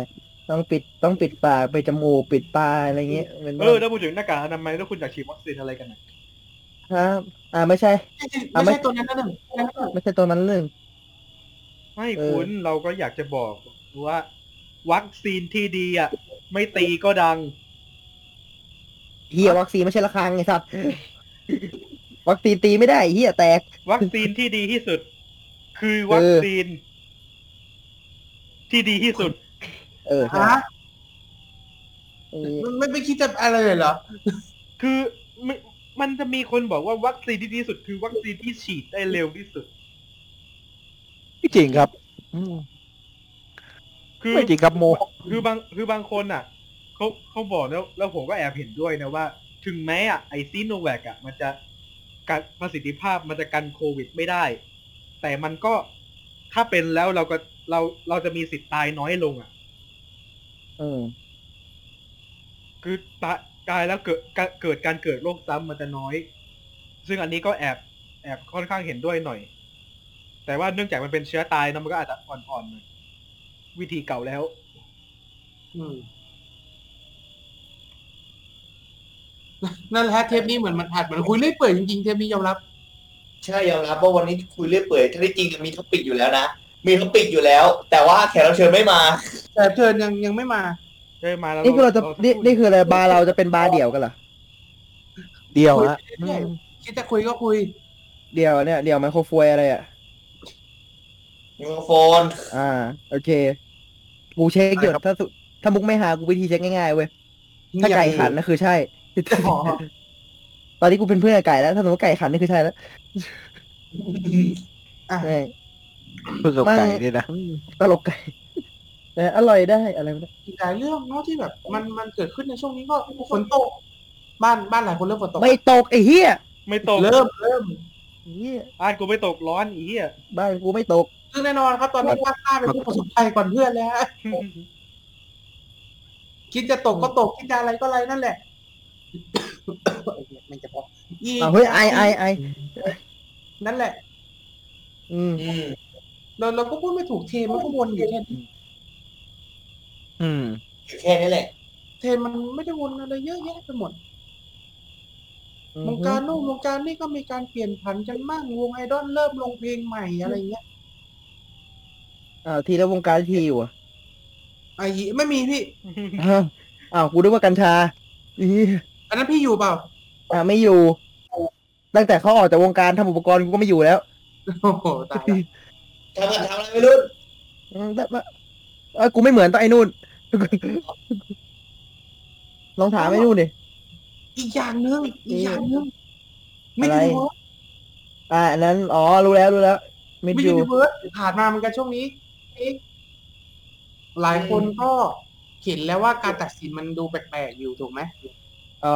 [SPEAKER 2] ต้องปิดต้องปิดปากไปดจมูกปิดตาอะไรเงี้ยมัน
[SPEAKER 4] เออถ้าพูดถึงหน้ากากอนามัยแล้วคุณอยากฉีดวัคซีนอะไรกันนะ
[SPEAKER 2] ครับ อ่าไม่ใช่ เอาไหม
[SPEAKER 6] ไม่ใช่ตัวนั้นนะหนึ่ง
[SPEAKER 2] ไม่ใช่ตัวนั้นเรื่อง
[SPEAKER 4] ไม่
[SPEAKER 2] เออ
[SPEAKER 4] คุณเราก็อยากจะบอกว่า วัคซีนที่ดีอ่ะ ไม่ตีก็ดัง
[SPEAKER 2] เฮียวัคซีนไม่ใช่ระฆังไงสัตว์วัคซีนตีไม่ได้เฮียแตก
[SPEAKER 4] วัคซีนที่ดีที่สุด คือวัคซีน ที่ดีที่สุด
[SPEAKER 2] เออใช่
[SPEAKER 6] ฮะ
[SPEAKER 2] เออ
[SPEAKER 6] มันไม่ไปคิดจะอะไรเลยเหรอ
[SPEAKER 4] คือมันมันจะมีคนบอกว่าวัคซีนที่ดีที่สุด คือวัคซีนที่ฉีดได้เร็วที่สุด
[SPEAKER 3] ไม่จริงครับ
[SPEAKER 4] คือ
[SPEAKER 3] ไม่จริงครับโม
[SPEAKER 4] คือบางคือบางคนอ่ะเขาเขาบอกแล้วแล้วผมก็แอบเห็นด้วยนะว่า ถึงแม้อ่ะไอซีโนแวคอ่ะ มันจะการประสิทธิภาพมันจะกันโควิดไม่ได้ แต่มันก็ถ้าเป็นแล้วเราก็เราเราจะมีสิทธิ์ตายน้อยลงอ่ะ
[SPEAKER 2] เออ
[SPEAKER 4] คือตายตายแล้วเกิดกะเกิดการเกิดโรคซ้ำมันจะน้อย ซึ่งอันนี้ก็แอบแอบค่อนข้างเห็นด้วยหน่อย แต่ว่าเนื่องจากมันเป็นเชื้อตายนะมันก็อาจจะอ่อนๆหน่อยวิธีเก่าแล้ว
[SPEAKER 6] อืมนั่นแหละฮะเทปนี้เหมือนมันอัดเหมือนคุยเรื่อยเปื่อยจริงๆเทปนี้ยอมรับ
[SPEAKER 5] ใช่ยอมรับว่าวันนี้คุยเรื่อยเปื่อยถ้าที่จริงมีท็อปิกอยู่แล้วนะ มีท็อปิกอยู่แล้ว แต่ว่าแขกรับเชิญไม่มา
[SPEAKER 6] แต่เชิญยังยังไม่มา
[SPEAKER 4] ได้มาแล้ว
[SPEAKER 2] นี่คือเราจะ
[SPEAKER 4] สัก
[SPEAKER 2] นี่
[SPEAKER 4] พูด
[SPEAKER 2] นี่คืออะไรบาร์เราจะเป็นบาร์เดี่ยวกันเหรอ
[SPEAKER 3] เดียวฮะ
[SPEAKER 6] คิดจะคุยก็คุย
[SPEAKER 2] เดี่ยวเนี่ยเดี่ยวไมโครโฟนอะไรอ่ะ
[SPEAKER 5] มีไมโครโฟน
[SPEAKER 2] อ่า โอเคกูเช็คอยู่
[SPEAKER 3] ได้ครับ
[SPEAKER 2] ถ้าสุถ้ามุกไม่หากูวิธีเช็คง่ายๆเว้ยถ้าไก่ขันนะคือใช่
[SPEAKER 6] อ๋อ
[SPEAKER 2] ตอนนี้กูเป็นเพื่อนกับไก่แล้วถ้าสมมติไก่ขันนี่คือใช่แล้ว
[SPEAKER 6] อ่ะ
[SPEAKER 2] ใช่
[SPEAKER 3] เพื่อกับไก่เนี่ยนะ
[SPEAKER 2] ตลกไก่แต่อร่อยได้อะไรไม่ได้
[SPEAKER 6] อีกหลายเรื่องเนาะที่แบบ มันมันเกิดขึ้นในช่วงนี้ก็ฝนตก บ้านบ้านหลายคนเริ่มฝนตก
[SPEAKER 2] ไม่ตกไอ้เหี้ย
[SPEAKER 4] ไม่ตก
[SPEAKER 6] เริ่มเริ่ม
[SPEAKER 2] ไอ้เหี้ย
[SPEAKER 4] อ่านกูไม่ตกร้อนอีเหี้ย
[SPEAKER 2] บ้านกูไม่ตก
[SPEAKER 6] ซึ่งแน่นอนครับตอนนี้ภาคใต้เป็นผู้ประสบภัยก่อนเพื่อนแล้ว คิดจะตกก็ตก คิดจะอะไรก็อะไรนั่นแหละ มันจะพออี
[SPEAKER 2] อ่ะเฮ้ยไอไอไอ
[SPEAKER 6] นั่นแหละ
[SPEAKER 2] อืม
[SPEAKER 5] อืม
[SPEAKER 6] เราเราก็พูดไม่ถูกเทมมันก็วนอยู่แค่นี้
[SPEAKER 3] อืม
[SPEAKER 5] แค่นี้แหละ
[SPEAKER 6] เทมมันไม่ได้วนอะไรเยอะแยะไปหมด วงการนู่นวงการนี่ก็มีการเปลี่ยนผันกันบ้างวงไอดอลเริ่มลงเพลงใหม่อะไรเงี้ย
[SPEAKER 2] อ้าวทีแล้ววงการทีอยู่อะ
[SPEAKER 6] ไอ้ยี่ไม่มีพี่
[SPEAKER 2] อ้าวอ้าวกูนึกว่ากัญชาอี
[SPEAKER 6] อันนั้นพี่อยู่เปล่า
[SPEAKER 2] อ่าไม่อยู่ ตั้งแต่เขาออกจากวงการทำอุปกรณ์กูก็ไม่อยู่แล้ว
[SPEAKER 6] โอ้โหตายละ
[SPEAKER 5] ทำอะไรทำอะไรไม่รู้
[SPEAKER 2] อืมแต่ว่าเอ้ยกูไม่เหมือนตอนไอ้นู่ น ลองถามไอ้นู่นดิ
[SPEAKER 6] อีกอย่างหนึงอีกอย่างหนึงมิด
[SPEAKER 2] อะไร
[SPEAKER 6] ยูนิเวิร์ส
[SPEAKER 2] อ่าอันนั้น อ๋อ รู้แล้ว รู้แล้วมิด
[SPEAKER 6] มิด
[SPEAKER 2] ยู
[SPEAKER 6] ยูนิเวิร์สผ่านมาเหมือนกันช่วงนี้เอ๊ะหลายคนก็เห็นแล้วว่าการตัดสินมันดูแปลกๆอยู่ถูกไหม
[SPEAKER 2] อ๋อ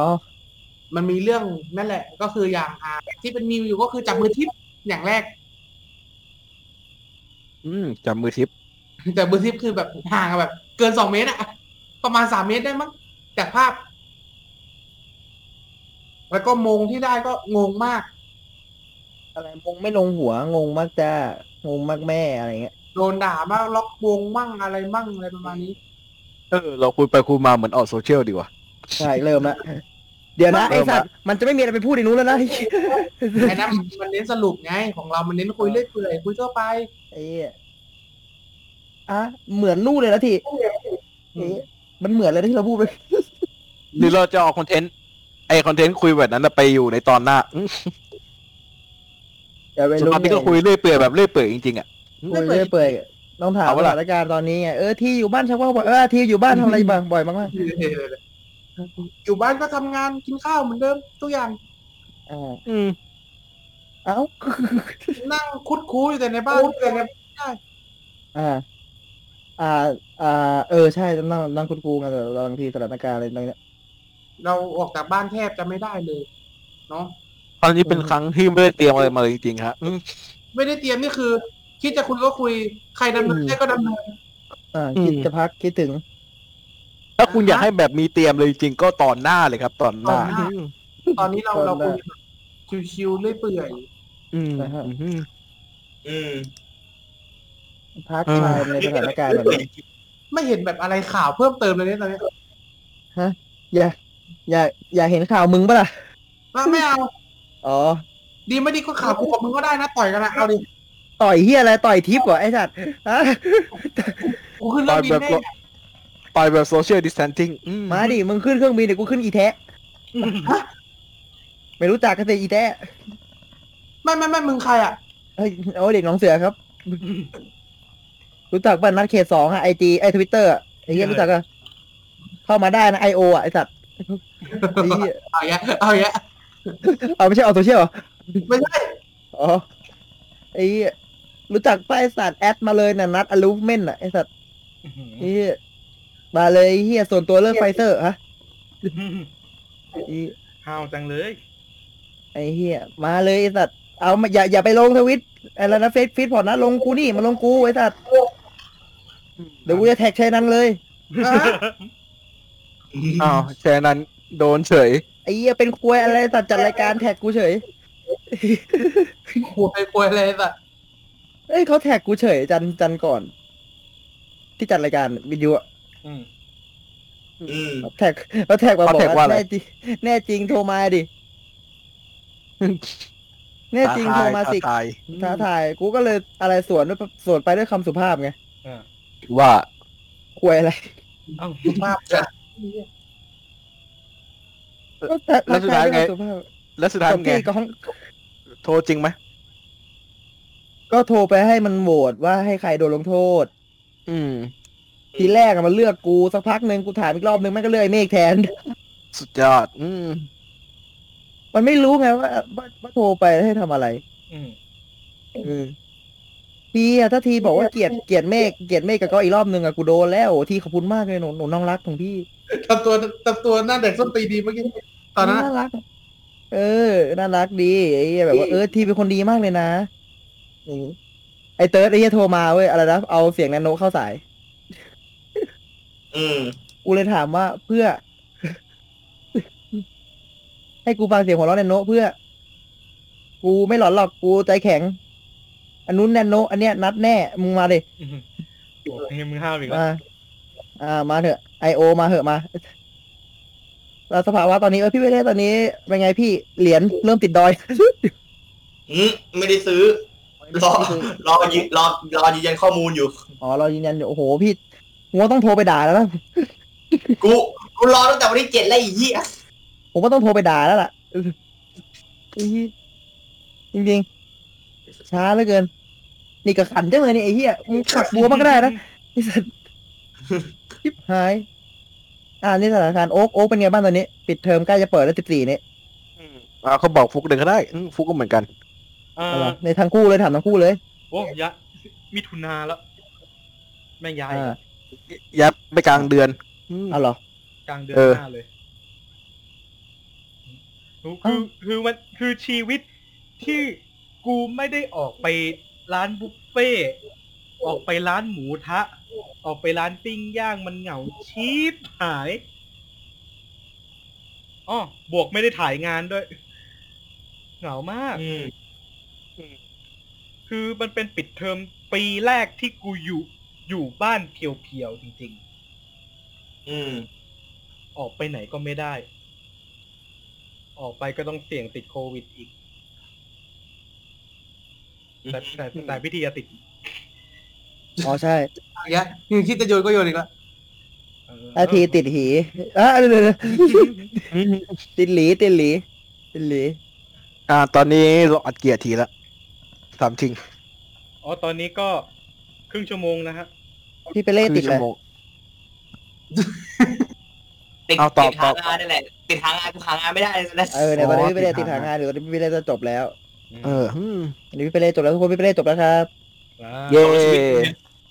[SPEAKER 6] มันมีเรื่องนั่นแหละ ก็คืออย่างอ่าที่เป็นมีอยู่ก็คือจับมือทิปอย่างแรก
[SPEAKER 3] อืมจับมือทิป
[SPEAKER 6] แต่มือทิปคือแบบห่างกันแบบ เกินสองเมตรอะประมาณสามเมตรได้มั้งจากภาพ แล้วก็มงที่ได้ก็งงมาก
[SPEAKER 2] อะไรมงไม่ลงหัว งงมากจ้า งงมากแม่ อะไรเงี้ย
[SPEAKER 6] โดนด่ามากล็อกวงมั่งอะไรมั่งอะไรประมาณนี้
[SPEAKER 3] เออ เราคุยไปคุยมาเหมือนออกโซเชียลดีว่ะ
[SPEAKER 2] ใช่ เริ่มละ เดี๋ยวนะ ไอสัตว์ มันจะไม่มีอะไรไปพูดในนู้นแล้วนะ
[SPEAKER 6] ไอ้นั้นมันเน้นสรุปไง ของเรามันเน้นคุยเรื่อยเปื่อยคุยทั่วไป
[SPEAKER 2] ไอ้อะอ่ะ เหมือนนู่นเลยนะทีเอ๊ะมันเหมือนเลยนะที่เราพูดไป
[SPEAKER 3] หรือเราจะออกคอนเทนต์ ไอคอนเทนต์คุยแบบนั้นน่ะไปอยู่ในตอนหน้าอืม
[SPEAKER 2] อย่าไป
[SPEAKER 3] ส่วน
[SPEAKER 2] รู้
[SPEAKER 3] มากที่ก็คุยเรื่อยเปื่อยแบบเรื่อยเปื่อยจริงๆอ่ะ
[SPEAKER 2] คุยเรื่อยเปื่อยต้องถาม
[SPEAKER 3] เอา
[SPEAKER 2] ส
[SPEAKER 3] วะล่ะ
[SPEAKER 2] ถานการณ์ตอนนี้ไง เออ ที่อยู่บ้านชักว่าบ่อยเออ ที่อยู่บ้านทำอะไรบ้างบ่อยมาก
[SPEAKER 6] อยู่บ้านก็ทำงานกินข้าวเหมือนเดิมทุกอย่าง
[SPEAKER 2] ๆอ่า
[SPEAKER 3] อืม
[SPEAKER 2] เอ้า
[SPEAKER 6] นั่งคุดคูอยู่แต่ในบ้านแต่ใน
[SPEAKER 2] อ่า อ่า อ่า เออ ใช่นั่งนั่งคุณครูกันแต่บางทีสถานการณ์อะไรต่างๆ
[SPEAKER 6] เราออกจากบ้านแทบจะไม่ได้เลยเนาะ
[SPEAKER 3] ครั้งนี้เป็นครั้งที่ไม่ได้เตรียมอะไรมาเลยจริงๆฮะอืม
[SPEAKER 6] ไม่ได้เตรียมนี่คือ คิดจะคุยก็คุย ใครดำเนินได้ก็ดำเนิน
[SPEAKER 2] อ่า คิด
[SPEAKER 3] อืม
[SPEAKER 2] จะพักคิดถึง
[SPEAKER 3] ถ้าคุณอยากให้แบบมีเตรียมเลยจริงๆก็ตอนหน้าเลยครับ ตอนห
[SPEAKER 6] ตอ
[SPEAKER 3] น้า
[SPEAKER 6] นหน้าตอนนี้เรา
[SPEAKER 2] ตอนหน้า
[SPEAKER 6] เราคุยแบบชิวๆเรื่อยเปื่อย
[SPEAKER 3] อืม
[SPEAKER 2] นะฮะ
[SPEAKER 3] อืม
[SPEAKER 5] อืม
[SPEAKER 2] พัก
[SPEAKER 3] เออ
[SPEAKER 2] คลายในสถานการณ์แบบนี้
[SPEAKER 6] ไม่เห็นแบบอะไรข่าวเพิ่มเติมเลยเนี่ยตอนนี้
[SPEAKER 2] อย่า อย่า อย่าเห็นข่าวมึงปะล่ะ
[SPEAKER 6] ว่าไม่เอา
[SPEAKER 2] อ๋อ
[SPEAKER 6] ดีไม่ดีก็ข่าวกูกับมึงก็ได้นะต่อยกันนะเอาดิ
[SPEAKER 2] ต่อยเฮียอะไร ต่อยทิปเหรอไอ้สัตว์ฮะ
[SPEAKER 6] กูขึ้นเรื่องบินแน่
[SPEAKER 3] ไปแบบโซเชียลดิสแทนซิ่งอืม
[SPEAKER 2] มาดิ มึงขึ้นเครื่องบินเดี๋ยวกูขึ้นอีแทะไม่รู้จักกันแต่อีแทะ
[SPEAKER 6] ไม่ไม่ไม่มึงใครอ่ะ
[SPEAKER 2] เฮ้ยโอ้เด็กหน้องเสือครับ รู้จักบ้านนัดเขตสองอะไอจีไอทวิตเตอร์ไอ้เหี้ยรู้จักอะเข้ามาได้นะไอโออะไอสัตว์ไอ้เหี้ย
[SPEAKER 6] เอาอย่างเงี้ยเอาอย่างเงี้ย
[SPEAKER 2] เอาไม่ใช่ออกโซเชียลเหรอ
[SPEAKER 6] ไม่ใช่
[SPEAKER 2] อ๋อ ไอ้เหี้ยรู้จักป้าไอสัตว์แอดมาเลยน่ะนัดอลูฟเมนน่ะไอสัตว์ไอ้เหี้ยมาเลยไอ้เฮียส่วนตัวเลิกไฟเซอร์ฮะไอ้
[SPEAKER 4] ห้าวจังเลย
[SPEAKER 2] ไอ้เฮียมาเลยไอสัตว์เอามาอย่าอย่าไปลงทวิตอะไรนะเฟซฟีดพอร์ตนะลงกูนี่มาลงกูไอสัตว์เดี๋ยวกูจะแท็กใช้นั้นเลย
[SPEAKER 6] อ่ะ
[SPEAKER 3] อ้าวแค่นั้นโดนเฉย
[SPEAKER 2] ไอ้เหี้ยเป็นควยอะไรสัตว์จัดรายการแท็กกูเฉย
[SPEAKER 6] คุยคุยอะไรสัตว์
[SPEAKER 2] เอ้ยเขาแท็กกูเฉยจันจันก่อน ที่จัดรายการวิดีโอ
[SPEAKER 4] อืม
[SPEAKER 5] อืม
[SPEAKER 2] แท็กแล้วแท็กมาบอ
[SPEAKER 3] เขาแท็ก
[SPEAKER 2] กว่า
[SPEAKER 3] ว่าอะไร
[SPEAKER 2] แน่จริงแน่จริงโทรมาดิ แน่จริงโทรมาสิ
[SPEAKER 3] าทาย
[SPEAKER 2] ท้าทาย กูก็เลยอะไรสวนด้วยสวนไปด้วยคำสุภาพไง
[SPEAKER 4] อ่า
[SPEAKER 3] ว่า
[SPEAKER 2] ควยอะไร
[SPEAKER 4] เอ้า
[SPEAKER 6] ภาพ
[SPEAKER 2] ก็ทัก
[SPEAKER 3] แล้วสุดท้ายไง
[SPEAKER 2] ทักทด้วคำสุภาพ
[SPEAKER 3] แล้วสุดท้าย
[SPEAKER 2] จบ
[SPEAKER 3] เป็นไง
[SPEAKER 2] ที่ก็ห้อง
[SPEAKER 3] โทรจริงไหม
[SPEAKER 2] ก็โทรไปให้มันโหวตว่าให้ใครโดนลงโทษ
[SPEAKER 3] อืม
[SPEAKER 2] ทีแรกอะมันเลือกกูสักพักหนึ่งกูถามอีกรอบหนึ่งแม่งก็เลือกไอ้เมฆแทน
[SPEAKER 3] สุดยอด อืม
[SPEAKER 2] มันไม่รู้ไงว่าว่าว่าโทรไปให้ทำอะไร
[SPEAKER 4] อืม
[SPEAKER 2] เออทีอะถ้าทีบอกว่าเกลียดเกลียดเมฆเกลียดเมฆกับก็อีกรอบหนึ่งอะกูโดนแล้วโอ้ทีขอบคุณมากเลยหนูหนูน้องรักของพี่
[SPEAKER 6] ทำตัวทำตัวหน้าเด็กส้นตีนดีเมื่อกี้ตอนนั้นอะ
[SPEAKER 2] รัก เออ น่ารักดีไอ้เหี้ยแบบว่าเออทีเป็นคนดีมากเลยนะอย่างงี้ไอ้เติร์ดไอ้เหี้ยโทรมาเว้ยอะไรนะเอาเสียงแนนโนเข้าสาย
[SPEAKER 5] อืม
[SPEAKER 2] กูเลยถามว่าเพื่อ ให้กูฟังเสียงหัวเราะแนนโนเพื่อ กูไม่หลอนหรอกกูใจแข็ง อันนู้นแนนโนอันเนี้ยนัดแน่มึงมาเลย
[SPEAKER 4] อืมโอ้ยมึงห้าวอีกแล้ว
[SPEAKER 2] มา อ่ามาเถอะไอโอมาเถอะมา เราสภาวะตอนนี้เออพี่เวเล่ตอนนี้เป็นไงพี่เหรียญเริ่มติดดอย
[SPEAKER 5] หืมไม่ได้ซื้อ รอ รอยืนรอรอยืนยันข้อมูลอยู่
[SPEAKER 2] อ๋อเรายืนยันอยู่โอ้โหพี่ผมว่าต้องโทรไปด่าแล้วนะ
[SPEAKER 5] กูกูรอตั้งแต่วันที่เจ็ดแล้วไอีเหี้ย
[SPEAKER 2] ผมว่าต้องโทรไปด่าแล้วล่ะเออจริงจริงๆช้าเหลือเกิน นี่ก็ขันจังเลยนี่ไอ้เหี้ยมึงขักบัวมันก็ได้นะไอ้สัตว์ชิบหาย อ่านี่สถานการณ์โอ๊กโอ๊กเป็นไงบ้างตอนนี้ ปิดเทอมใกล้จะเปิดแล้วสิบสี่เนี่ย
[SPEAKER 3] อ่าเขาบอกฟุกเดินก็ได้อืมฟุกก็เหมือนกัน
[SPEAKER 4] เอ่
[SPEAKER 2] เอา
[SPEAKER 4] อ
[SPEAKER 2] ล่ะในทั้งคู่เลยถามทั้งคู่เลย
[SPEAKER 4] โอ้ยะมิถุนาแล้ว แม่งย้าย
[SPEAKER 2] อ่า
[SPEAKER 3] ยับไปกลางเดือนอืม
[SPEAKER 2] เอาเหรอ
[SPEAKER 4] กลางเดือน
[SPEAKER 3] เออ
[SPEAKER 4] หน้าเลยคือคือคือมันคือชีวิตที่กูไม่ได้ออกไปร้านบุฟเฟ่ต์ออกไปร้านหมูทะ ออกไปร้านปิ้งย่างมันเหงาชีพหายอ๋อบวกไม่ได้ถ่ายงานด้วย เหงามาก
[SPEAKER 5] อืม
[SPEAKER 4] คือมันเป็นปิดเทอมปีแรกที่กูอยู่อยู่บ้านเพียวๆจริง
[SPEAKER 5] อืม
[SPEAKER 4] ๆ ออกไปไหนก็ไม่ได้ ออกไปก็ต้องเสี่ยงติดโควิดอีก แต่แต่แต่พิธีจะติด
[SPEAKER 2] อ๋อใช่
[SPEAKER 6] อะไรเงี้ยยังคิดจะโยนก็โยนอีกแล้ว
[SPEAKER 4] เออ
[SPEAKER 2] อาทีติดหีอ่ะ เดี๋ยวๆๆติดหลีติดหลีติดหลี
[SPEAKER 3] อ่า ตอนนี้เราอัดเกียร์ทีละสามจริง
[SPEAKER 4] อ๋อตอนนี้ก็ครึ่งชั่วโมงนะฮะ
[SPEAKER 2] พี่ไปเล่
[SPEAKER 3] ค
[SPEAKER 2] ติ
[SPEAKER 3] รึ่
[SPEAKER 2] ด
[SPEAKER 3] ง
[SPEAKER 2] เล
[SPEAKER 3] ชั่
[SPEAKER 2] ยว
[SPEAKER 3] โมง
[SPEAKER 5] ติด
[SPEAKER 3] เอาตอบ
[SPEAKER 5] ติดหา
[SPEAKER 3] ตอบ
[SPEAKER 5] งานนี่แหละติดหางานกูหางานไม่ได้เลยนะ
[SPEAKER 2] เออเนี่ยตอนนี้พี่ไปเล่
[SPEAKER 3] อ๋อติ
[SPEAKER 2] ติ
[SPEAKER 3] ด
[SPEAKER 2] ดหาง
[SPEAKER 3] หาาน
[SPEAKER 2] งานหรือตอนนี้พี่ไปเล่จะจบแล้ว
[SPEAKER 3] เอออืม
[SPEAKER 2] อันนี้พี่ไปเล่จบแล้วทุกคนพี่ไปเล่จบแล้วครับ
[SPEAKER 3] เย่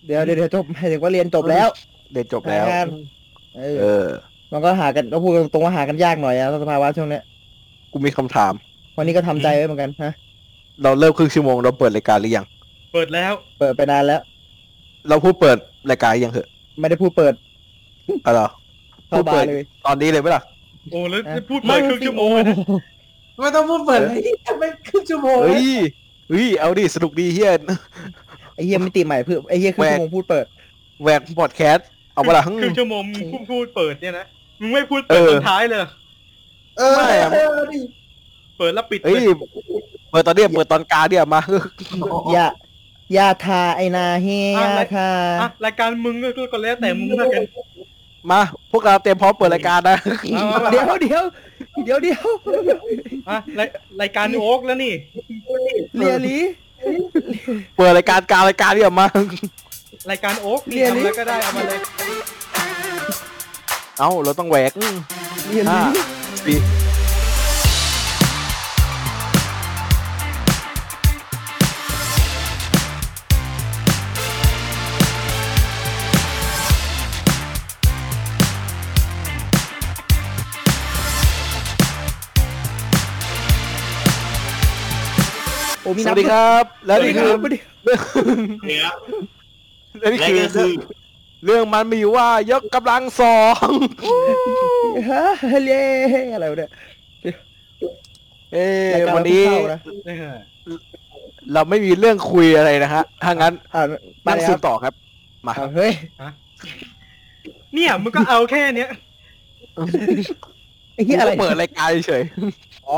[SPEAKER 2] เดี๋ยวเดี๋ยวเดี๋ยวจบหมายถึงว่าเรียนจบแล้ว
[SPEAKER 3] เดี๋ยวจบแล้ว
[SPEAKER 2] งาน เออ
[SPEAKER 3] เออ
[SPEAKER 2] มันก็หากันก็พูดตรงๆว่าหากันยากหน่อยนะสภาวะช่วงเนี้ย
[SPEAKER 3] กูมีคำถาม
[SPEAKER 2] วันนี้ก็ทำใจไว้เหมือนกันฮะ
[SPEAKER 3] เราเริ่มครึ่งชั่วโมงเราเปิดรายการหรือยัง
[SPEAKER 4] เปิดแล้ว
[SPEAKER 2] เปิดไปนานแล้ว
[SPEAKER 3] เราพูดเปิดรายการหรือยังเหอะ
[SPEAKER 2] ไม่ได้พูดเปิด
[SPEAKER 3] เอาเหรอ
[SPEAKER 2] เข้าบาร์เลย
[SPEAKER 3] ตอนนี้เลยไหมล่ะ
[SPEAKER 4] โอ้แล้ว
[SPEAKER 2] อ่ะ
[SPEAKER 4] พูดเปิดครึ่งชั่วโมงเลยนะ
[SPEAKER 6] ไม่ต้องพูดเปิดเลยไม่ครึ่งชั่วโมงเล
[SPEAKER 3] เฮ้
[SPEAKER 6] ย
[SPEAKER 3] ย เฮ้ย เอาดิ สนุกดีเฮีย
[SPEAKER 2] ไอ้เหี้ยมิติใหม่เพื่อไอ้เหี้ยครึ่งชั่วโมงพูดเปิด
[SPEAKER 3] แหวกพอดแคสต์ เอาเวลาทั้ง
[SPEAKER 4] ครึ่งชั่วโมงมึงพูดพูดเปิดเนี่ยนะมึงไม่พูด
[SPEAKER 3] เอ
[SPEAKER 4] เปิด
[SPEAKER 3] อ
[SPEAKER 4] ตอนท้ายเลย
[SPEAKER 6] เออ
[SPEAKER 3] ไม่อะ
[SPEAKER 6] เออดิ
[SPEAKER 4] เปิดแล้วปิด
[SPEAKER 3] เฮ้
[SPEAKER 4] เลย ย
[SPEAKER 3] เปิดตอนเนี้ยเปิดตอนกลางเนี่ยมา
[SPEAKER 2] อย่าอย่าทาไอนาเฮียทา
[SPEAKER 4] อ่ะรายการมึงก็ก็แล้วแต่มึงแล้วกัน
[SPEAKER 3] มา พวกเราเตรียมพร้อมเปิดรายการนะ
[SPEAKER 4] เอาเอาเอา
[SPEAKER 2] เดี๋ยวเดี๋ยวเดี๋ยวเดี๋ยว
[SPEAKER 4] อ่ะรายรายการโอ๊กแล้วนี่
[SPEAKER 2] เรียลี
[SPEAKER 3] เปิดรายการกลางรายการเนี่ยมา
[SPEAKER 4] รายการโอ๊ก
[SPEAKER 2] เรียน
[SPEAKER 4] ทำแล้วก็ได้เอามาเลย
[SPEAKER 3] เอ้า เราต้องแหวก
[SPEAKER 2] เรียลี
[SPEAKER 3] ห้าสี่
[SPEAKER 2] โอ้มี
[SPEAKER 3] ส
[SPEAKER 2] นับ
[SPEAKER 3] วัสดีครับ แล้วนี่คือ
[SPEAKER 2] สวัสดีรับ
[SPEAKER 5] เนี่ยครับ
[SPEAKER 3] และนี่
[SPEAKER 5] และ
[SPEAKER 3] คือ
[SPEAKER 5] ก็คือ
[SPEAKER 3] เรื่องมันมีอยู่ว่ายกกำลังสอง
[SPEAKER 2] ฮะ เล่อะไรวะเนี่ย
[SPEAKER 3] เอ้
[SPEAKER 2] รายการ
[SPEAKER 3] วันนี้
[SPEAKER 2] เราเพิ่งเข้านะ
[SPEAKER 3] เราไม่มีเรื่องคุยอะไรนะฮะ ถ้างั้น
[SPEAKER 2] อ่า
[SPEAKER 3] นั่ง
[SPEAKER 2] ไปค
[SPEAKER 3] ซื้อ
[SPEAKER 2] รับ
[SPEAKER 3] ต่อครับ มาค
[SPEAKER 2] อ่า
[SPEAKER 3] รับ
[SPEAKER 2] เฮ้ย
[SPEAKER 4] เนี่ยมึงก็เอาแค่เนี้ย
[SPEAKER 2] ไอ้เหี้ยอะไร
[SPEAKER 3] กูก็เปิดรายการเฉย
[SPEAKER 2] อ๋อ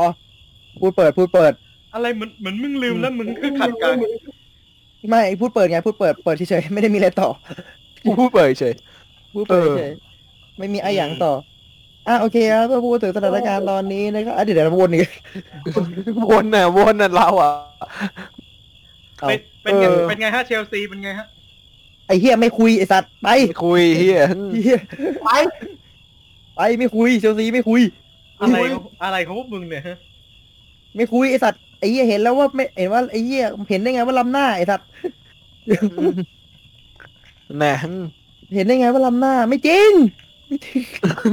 [SPEAKER 2] พูดเปิดพูดเปิด
[SPEAKER 4] อะไรเหมือนเหมือนมึงลืมแล้วมึงก็ขัดกัน
[SPEAKER 2] ไม่พูดเปิดไงพูดเปิดเปิดเฉยๆไม่ได้มีอะไรต่อ
[SPEAKER 3] กูพูดเปิดเฉย
[SPEAKER 2] พูดเปิด
[SPEAKER 3] เออ
[SPEAKER 2] เฉยๆไม่มีอะไรอย่างต่ออ่ะโอเคครับเมื่อพูดถึงสถานการณ์ตอนนี้นะครับอ่ะเดี๋ยวเดี๋ยวเราวนอีก
[SPEAKER 3] วนน่ะวนน่ะเราอ่ะ
[SPEAKER 2] เอา
[SPEAKER 4] เป็นเป็นไง
[SPEAKER 3] เออ
[SPEAKER 4] เป็นไงฮะเชลซีเป็นไงฮะ
[SPEAKER 2] ไอ้เหี้ยไม่คุยไอ้สัตว์ไป
[SPEAKER 3] คุยเฮีย
[SPEAKER 2] เหี้ย
[SPEAKER 6] ไป
[SPEAKER 2] ไปไม่คุยเชลซีไม่คุย
[SPEAKER 4] อะไรของอะไรของพวกมึงเนี่ยฮะ
[SPEAKER 2] ไม่คุยไอ้สัตว์ไอ้เหี้ยเห็นแล้วว่าไม่เห็นว่าไอ้เหี้ยเห็นได้ไงว่าล้ำหน้าไอ้สัตว์
[SPEAKER 3] แน่
[SPEAKER 2] เห็นได้ไงว่าล้ำหน้า ไม่จริง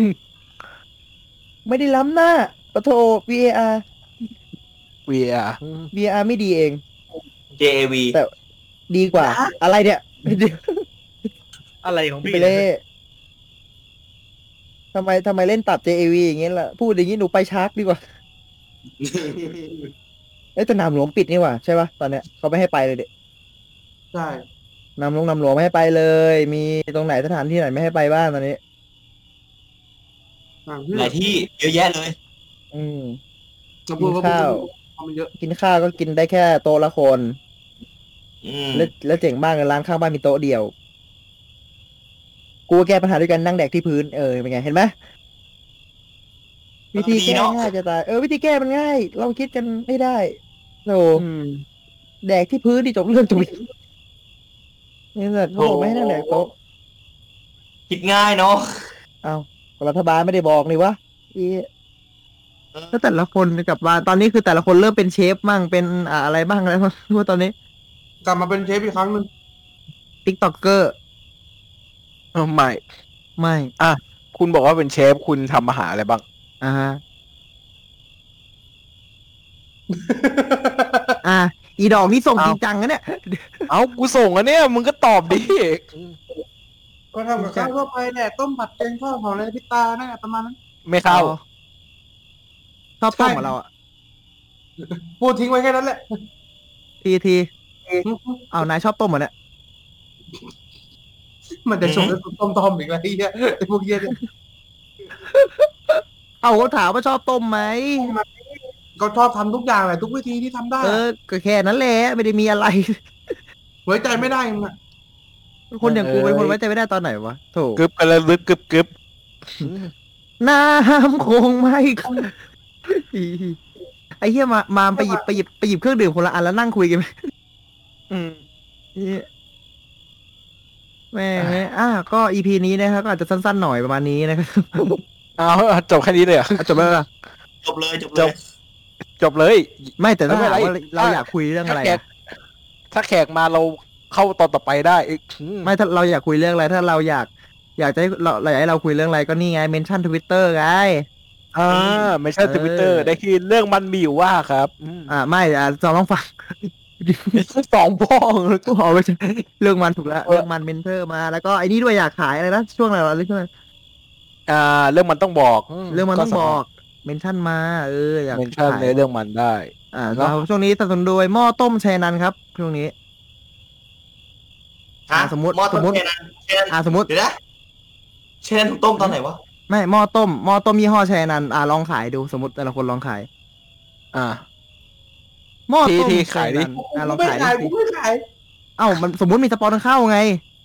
[SPEAKER 2] ไม่ได้ล้ำหน้าปะโท VAR
[SPEAKER 3] เวีย
[SPEAKER 2] VAR ไม่ดีเอง
[SPEAKER 5] JAV
[SPEAKER 2] ดีกว่า อะไรเนี่ยเดี๋ยว
[SPEAKER 4] อะไรของพี่
[SPEAKER 2] ไปเล่ทำไมทำไมเล่นตัด JAV อย่างเงี้ยล่ะ พูดอย่างงี้หนูไปชาร์กดี กว่าเอ้ยแต่นามหลวงปิดนี่หว่าใช่ปะตอนเนี้ยเขาไม่ให้ไปเลยเด็ก
[SPEAKER 6] ใช่
[SPEAKER 2] นำลงนำหลวงไม่ให้ไปเลย มีตรงไหนสถานที่ไหนไม่ให้ไปบ้างตอนนี้
[SPEAKER 6] ต่างที่
[SPEAKER 5] หลายที่เยอะแยะเลย
[SPEAKER 2] อืม
[SPEAKER 6] จะพูดว่า
[SPEAKER 2] ข้าว
[SPEAKER 6] พูดมันเยอะ
[SPEAKER 2] กินข้าวก็กินได้แค่โต๊ะละคน
[SPEAKER 5] อืม
[SPEAKER 2] แล้วแล้วเจ๋งมากเลยร้านข้างบ้านมีโต๊ะเดียว กูก็แก้ปัญหาด้วยกันนั่งแดกที่พื้นเออเป็นไงเห็นไหมวิธีแก้ง่ายจะตายเออวิธีแก้มันง่าย เราคิดกันไม่ได้โธ่แดกที่พื้นที่จบเรื่องจบนี่สัตว์เขาบอกไม่ให้นั่งแดกโต๊ะ
[SPEAKER 5] คิดง่ายเนาะ
[SPEAKER 2] เอารัฐบาลไม่ได้บอกนี่วะอีแล้วแต่ละคนกลับมาตอนนี้คือแต่ละคนเริ่มเป็นเชฟมั่งเป็นอ่าอะไรบ้างแล้ว ว่าตอนนี้
[SPEAKER 6] กลับมาเป็นเชฟอีกครั้งหนึง
[SPEAKER 2] ติ๊กต็อกเกอร์
[SPEAKER 3] เออไม่
[SPEAKER 2] ไม่
[SPEAKER 3] คุณบอกว่าเป็นเชฟคุณทำอาหารอะไรบ้าง
[SPEAKER 2] อ่าฮะ อ่ะอีดอกนี่ส่ง
[SPEAKER 3] เอา
[SPEAKER 2] จริงจังนะเนี่ย
[SPEAKER 3] เอ้ากูส่งอันเนี้ยมึงก็ตอบดิ
[SPEAKER 6] ก็ทำกับข้าวทั่วไปแหละต้มผัดแกงข้าวหอมอะไรพิตานั่นแหละประมาณนั้น
[SPEAKER 3] ไม่เข้า
[SPEAKER 2] อ๋อ ชอบต้มของเราอ่ะ
[SPEAKER 6] พูดทิ้งไว้แค่นั้นแหละ
[SPEAKER 2] ทีทีเอานายชอบต้มเหมือนเนี่ย
[SPEAKER 6] มันจะชมแล้วต้มตอมอีกแล้วไอ้เหี้ยไอ้พวกเหี้ยเนี่ย
[SPEAKER 2] เอาเขาถามว่าชอบต้มไหม
[SPEAKER 6] ก็ชอบทำทุกอย่างแหละทุกวิธีที่ทำได้
[SPEAKER 2] เออก็แค่นั้นแหละไม่ได้มีอะไร
[SPEAKER 6] ไว้ใจไม่ได้มันอะ
[SPEAKER 2] คนอย่างกู
[SPEAKER 3] เอ้
[SPEAKER 2] เป็นค
[SPEAKER 3] ย
[SPEAKER 2] นไว้ใจไม่ได้ตอนไหนวะโถ
[SPEAKER 3] กึบกันแล้วลึกกึบกึบ
[SPEAKER 2] น้ำคงไม่ ขึ้นอีไอ้เหี้ยมามาไปหยิบไปหยิบไปหยิบเครื่องดื่มคนละอันแล้วนั่งคุยกันไหม
[SPEAKER 3] อืม
[SPEAKER 2] เหี้ยแม่งเอ้ยอ่ะก็อีพีนี้นะครับก็อาจจะสั้นๆหน่อยประมาณนี้นะครับ
[SPEAKER 3] เอาจบแค่นี้เลยเหรอ
[SPEAKER 2] อ่ะจบแล้วล่ะ
[SPEAKER 5] จบเลยจบเลย
[SPEAKER 3] จบเลย
[SPEAKER 2] ไม่แต่ถ้าหากว่า
[SPEAKER 3] ไม่เป็นไร
[SPEAKER 2] เราอยากคุยเรื่อง
[SPEAKER 3] ถ้า
[SPEAKER 2] อะไร
[SPEAKER 3] แข
[SPEAKER 2] อะ
[SPEAKER 3] กถ้าแขกมาเราเข้าตอนต่อไปได้อีก
[SPEAKER 2] ไม่ถ้าเราอยากคุยเรื่องอะไร ถ้าเราอยาก อยากจะให้เราอยากให้เราคุยเรื่องอะไรก็นี่ไงเมนชั่นทวิตเตอร์ไง
[SPEAKER 3] อ่าไม่ใช่
[SPEAKER 2] เออ
[SPEAKER 3] ทวิตเตอร์ได้ที่เรื่องมันมีอยู่ว่าครับอืม
[SPEAKER 2] อ่าไม่อ่าจอมต้องฟัง
[SPEAKER 3] สองพ่อเลย
[SPEAKER 2] กูขอไป เรื่องมันถูกแล้วเรื่องมันเมนเทอร์มาแล้วก็ไอ้นี่ด้วยอยากขายอะไรนะช่วงอะไรวะเรื่องอะไร
[SPEAKER 3] อ่า เรื่องมันต้องบอก
[SPEAKER 2] เรื่องมันต้องบอกเมนชั่นมาเอออยาก
[SPEAKER 3] เมนชั่น
[SPEAKER 2] ขาย
[SPEAKER 3] ในเรื่องมันได้
[SPEAKER 2] อ่า
[SPEAKER 3] เนอะ
[SPEAKER 2] เราช่วงนี้สนับสนุนโดยหม้อต้มชัยนันท์ครับช่วงนี้
[SPEAKER 5] ฮะ
[SPEAKER 2] อ่ะสมมุติ
[SPEAKER 5] หอต้
[SPEAKER 2] สม
[SPEAKER 5] ม
[SPEAKER 2] มุติ
[SPEAKER 5] เชนันเชนัน
[SPEAKER 2] อ่าสมมติ
[SPEAKER 5] เดี๋ยวนะเชนันถูกต้มตอนไหนวะ
[SPEAKER 2] ไม่หม้อต้มหม้อต้มยี่ห้อชัยนันท์อ่าลองขายดูสมมติแต่ละคนลองขาย
[SPEAKER 3] อ่า
[SPEAKER 2] หม้อต้ม
[SPEAKER 3] ทีทีขายดิ
[SPEAKER 2] ชันันท์อ่าลอง
[SPEAKER 6] ไม่
[SPEAKER 2] ขาย
[SPEAKER 6] ขาย
[SPEAKER 2] ดิ
[SPEAKER 6] กูไม่ขาย
[SPEAKER 2] เอ้ามันสมมติมีสปอนเข้าไง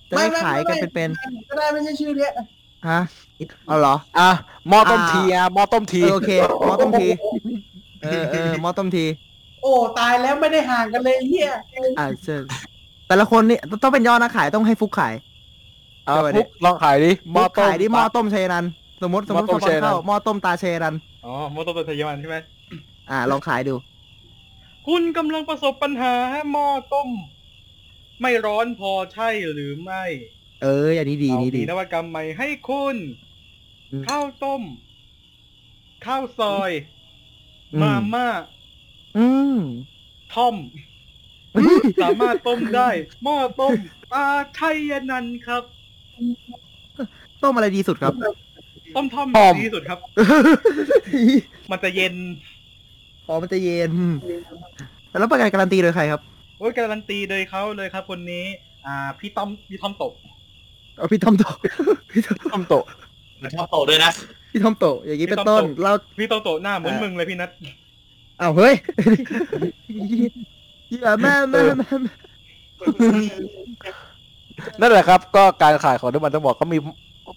[SPEAKER 2] จะได้ขายกันเป็น
[SPEAKER 6] ก็ได้ไม่ใช่ชื่อเนี้ย
[SPEAKER 2] ๆฮะเอาเหรอ
[SPEAKER 3] อ่ะหมอต้ม
[SPEAKER 2] อ่า
[SPEAKER 3] ทีอ่ะหมอต้มที
[SPEAKER 2] เออโอเคหมอต้มที เออเออหมอต้มที
[SPEAKER 6] โอ้ตายแล้วไม่ได้ห่างกันเลยไอ้เหี้ย
[SPEAKER 2] อ่าเชิญแต่ละคนนี่ต้องเป็นยอดนะขายต้องให้ฟุกขาย
[SPEAKER 3] เอาพุกลองขายดิหมอ
[SPEAKER 2] ฟุก
[SPEAKER 3] ต้ม
[SPEAKER 2] ขายดิหมอต้มเชยนัน สมมติสมมติ
[SPEAKER 3] หม้อต้ม
[SPEAKER 2] สปอนเข้า
[SPEAKER 3] เชยนัน
[SPEAKER 2] หมอต้มตาเชยนัน
[SPEAKER 4] อ๋อมอเตอร์ไซค์เยอรมันใช่ไหม
[SPEAKER 2] อ่า ลองขายดู
[SPEAKER 4] คุณกำลังประสบปัญหาหม้อต้ม ไม่ร้อนพอใช่หรือไม่
[SPEAKER 2] เอออันนี้ดี
[SPEAKER 4] เรา
[SPEAKER 2] นี่
[SPEAKER 4] มี
[SPEAKER 2] ดี
[SPEAKER 4] นวัตกรรมใหม่ให้คุณ
[SPEAKER 2] อืม
[SPEAKER 4] ข้าวต้ม ข้าวซอย
[SPEAKER 2] อืม
[SPEAKER 4] มาม่า
[SPEAKER 2] อืม
[SPEAKER 4] ท่อม สามารถต้มได้ หม้อต้มปลาไทยนันท์ครับ
[SPEAKER 2] ต้มอะไรดีสุดครับ
[SPEAKER 4] ต้มท่อม
[SPEAKER 3] ท่อม
[SPEAKER 4] ดีที่สุดครับ มันจะเย็น
[SPEAKER 2] พอมันจะเย็นแต่แล้วประกันการันตีโดยใครครับ
[SPEAKER 4] โอ้ยการันตีโดยเขาเลยครับ คนนี้ อ่า พี่ต้อมพี่ต้อมตบ
[SPEAKER 2] เอาพี่ทอมโตะพี่ทอม
[SPEAKER 3] ต้มโตะ
[SPEAKER 5] มันชอบโตด้วยนะ
[SPEAKER 2] พี่ทอมโตะอย่างนี้เป็นต้นเรา
[SPEAKER 4] พี่ต้อมโตบหน้าเหมือน
[SPEAKER 2] เออ
[SPEAKER 4] มึงเลยพี่นัท
[SPEAKER 2] อ้าวเฮ้ย อย่าแม่แม่แม่
[SPEAKER 3] นั่นแหละครับ ก็การขายของเรื่องมันต้องบอกก็มี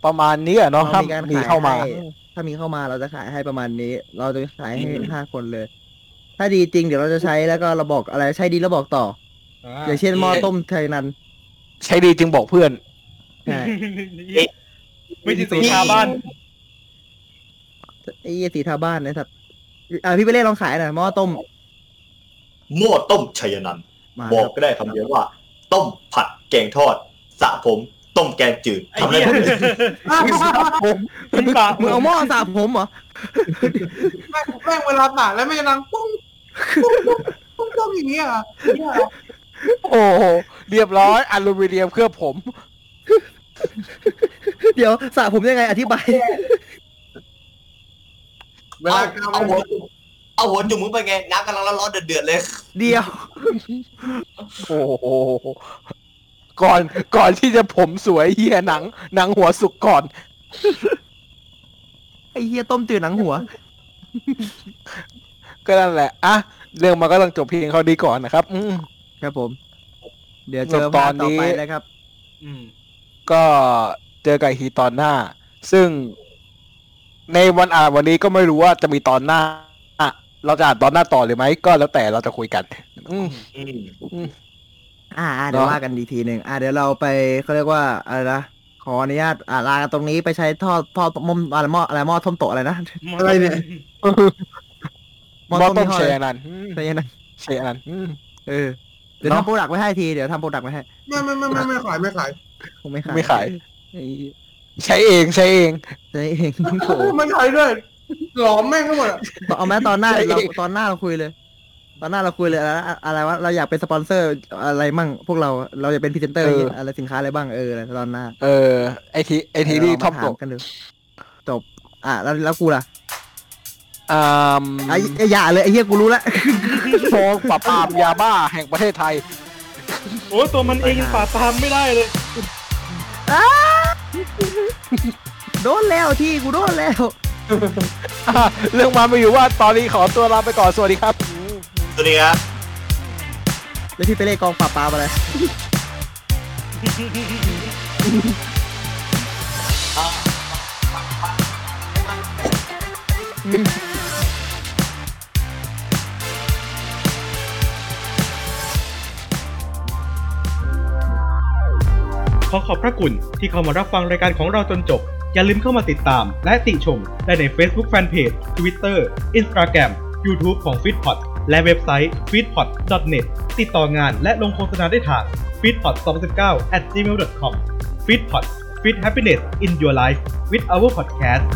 [SPEAKER 3] ประมาณนี้อะเนาะถ้ามีเข้ามา
[SPEAKER 2] ให้ถ้ามีเข้ามาเราจะขายให้ประมาณนี้ เราจะขายให้ห้าคนเลย ถ้าดีจริงเดี๋ยวเราจะใช้แล้วก็เราบอกอะไรใช้ดีแล้วบอกต่อ อย่างเช่นหม้อต้มไทยนัน
[SPEAKER 3] ใช้ดีจึงบอกเพื่อน
[SPEAKER 2] ใช่
[SPEAKER 4] ไม่ใช่สีชาบ้าน
[SPEAKER 2] ไอ้เหี้ยสีทาบ้านนะครับอ่ะพี่ไปเล่นลองขายหน่อยหม้อต้ม
[SPEAKER 5] หม้อต้มชัยนันท์
[SPEAKER 2] มา
[SPEAKER 5] บอกก็ได้คำเดียวว่า ต้มผัดแกงทอดสระผม ต้มแกงจืด
[SPEAKER 4] ไอ้
[SPEAKER 5] ทำได้
[SPEAKER 4] เหี้ย
[SPEAKER 5] หมดเลย
[SPEAKER 4] มึงปะ
[SPEAKER 2] มึงเอาหม้อสระผมเหรอ
[SPEAKER 6] แม่งแม่งเวลาสระแล้วแม่งนั่งปุ้งปุ้งปุ้งปุ้งปุ้งอย่างเงี้ยเหรอเนี่ยเหรอ
[SPEAKER 3] โอ้โหเรียบร้อยอลูมิเนียมเคลือบผม
[SPEAKER 2] เดี๋ยวสระผมยังไงอธิบาย
[SPEAKER 6] เวลากลาง
[SPEAKER 5] เอา
[SPEAKER 6] วั
[SPEAKER 5] หัวน จุ่มเอาหัวจุ่มมึงไปไง น้ำกำลังร้อนๆเดือดๆเลย
[SPEAKER 2] เดียว
[SPEAKER 3] โอ้โหก่อนก่อนที่จะผมสวยเฮียหนัง หนังหัวสุกก่อน
[SPEAKER 2] อ้เฮียต้มจืดหนังหัว
[SPEAKER 3] ก็นั่นแหละอ่ะเรื่องมันก็ต้องจบเพียงเท่านี้ก่อนนะครับ อืม
[SPEAKER 2] ครับผม เดี๋ยวเจอ
[SPEAKER 3] ต
[SPEAKER 2] ต
[SPEAKER 3] อ
[SPEAKER 2] อน น
[SPEAKER 3] นี้
[SPEAKER 2] ต่อไปนะครับ
[SPEAKER 4] อืม
[SPEAKER 3] ก็เจอกับอีกทีตอนหน้า ซึ่งในวันอ่านวันนี้ก็ไม่รู้ว่าจะมีตอนหน้าอ่ะเราจะอ่านตอนหน้าต่อหรือไหมก็แล้วแต่เราจะคุยกัน อืม
[SPEAKER 5] อืม
[SPEAKER 2] อ่าอ่าเดี๋ย
[SPEAKER 3] เน
[SPEAKER 2] ว
[SPEAKER 3] อะ
[SPEAKER 2] ว่ากันดีกทีหนึ่งอ่าเดี๋ยวเราไปเขาเรียกว่าอะไรนะขออนุญาตอ่าลากันตรงนี้ไปใช้ท่อท่อมอมอะไรหม้ออะไรหม้อท่อมโตะอะไรนะ
[SPEAKER 6] อะไรเนี่ย
[SPEAKER 2] หม้อ
[SPEAKER 3] มอ
[SPEAKER 2] ต้ม
[SPEAKER 3] ต้ม
[SPEAKER 2] ยี่ห้อ
[SPEAKER 3] เช
[SPEAKER 2] อะไร
[SPEAKER 3] ยร์นันอืม
[SPEAKER 2] ใช่ไหม
[SPEAKER 3] เชยร์นันอืม
[SPEAKER 2] เออเดี๋ยว
[SPEAKER 3] เนอะ
[SPEAKER 2] ทำโปรดักต์ไว้ให้ทีเดี๋ยวทำโปรดักต์ไว้ให้
[SPEAKER 6] ไม่ไม่ไม่ไม่ไม่ขายไม่ขาย
[SPEAKER 2] คงไม่ขาย
[SPEAKER 3] ไม่ขาย
[SPEAKER 2] ไอ้
[SPEAKER 3] ใช้เองใช้เอง
[SPEAKER 2] ใช่เอง โถ
[SPEAKER 6] ไม่ขายด้วยหลอมแม่งทั้งหมดอะ
[SPEAKER 2] ต่อเอาแม้ต อนหน้า
[SPEAKER 3] ใช่
[SPEAKER 2] เราตอนหน้าเราคุยเลย ตอนหน้าเราคุยเลยอะไรนะอะไรวะเราอยากเป็นสปอนเซอร์อะไรมั่งพวกเราเราจะเป็นพรีเซนเตอร์อย่างเงี้ยอะไรสินค้าอะไรบ้างเออตอนหน้า
[SPEAKER 3] เออไอทีไอทีนี่
[SPEAKER 2] เดี๋ยว
[SPEAKER 3] ท็อ
[SPEAKER 2] เรามา
[SPEAKER 3] ปต
[SPEAKER 2] ถาม
[SPEAKER 3] ก
[SPEAKER 2] กันดูจบ อ่ะ แล้วแล้วกูล่ะ
[SPEAKER 3] อ่าม
[SPEAKER 2] ไอ้ไอ้อย่าเลยไอ้เหี้ยกูรู้ละ
[SPEAKER 3] โฟงปราบปรามยาบ้าแห่งประเทศไทย
[SPEAKER 4] โอ้ยตัวมันเองยังปราบปรามไม่ได้เลย
[SPEAKER 2] โดนแล้วที่กูโดนแล้ว
[SPEAKER 3] อ่ะ เรื่องมาไม่อยู่ว่าตอนนี้ขอตัวลาไปก่อนสวัสดีครับ
[SPEAKER 5] สวัสดีครับ
[SPEAKER 2] แล้วที่ไปเล่นกองปราบปรามอะไร
[SPEAKER 4] ขอขอบพระคุณที่เข้ามารับฟังรายการของเราจนจบ อย่าลืมเข้ามาติดตาม และติชม ได้ใน Facebook Fanpage Twitter Instagram YouTube ของ f e e d p o t และเว็บไซต์ f e e d p o t n e t ติดต่องานและลงโฆษณาได้ทาง f e e d p o t 2019 at gmail.com f e e d p o t f e e d happiness in your life with our podcast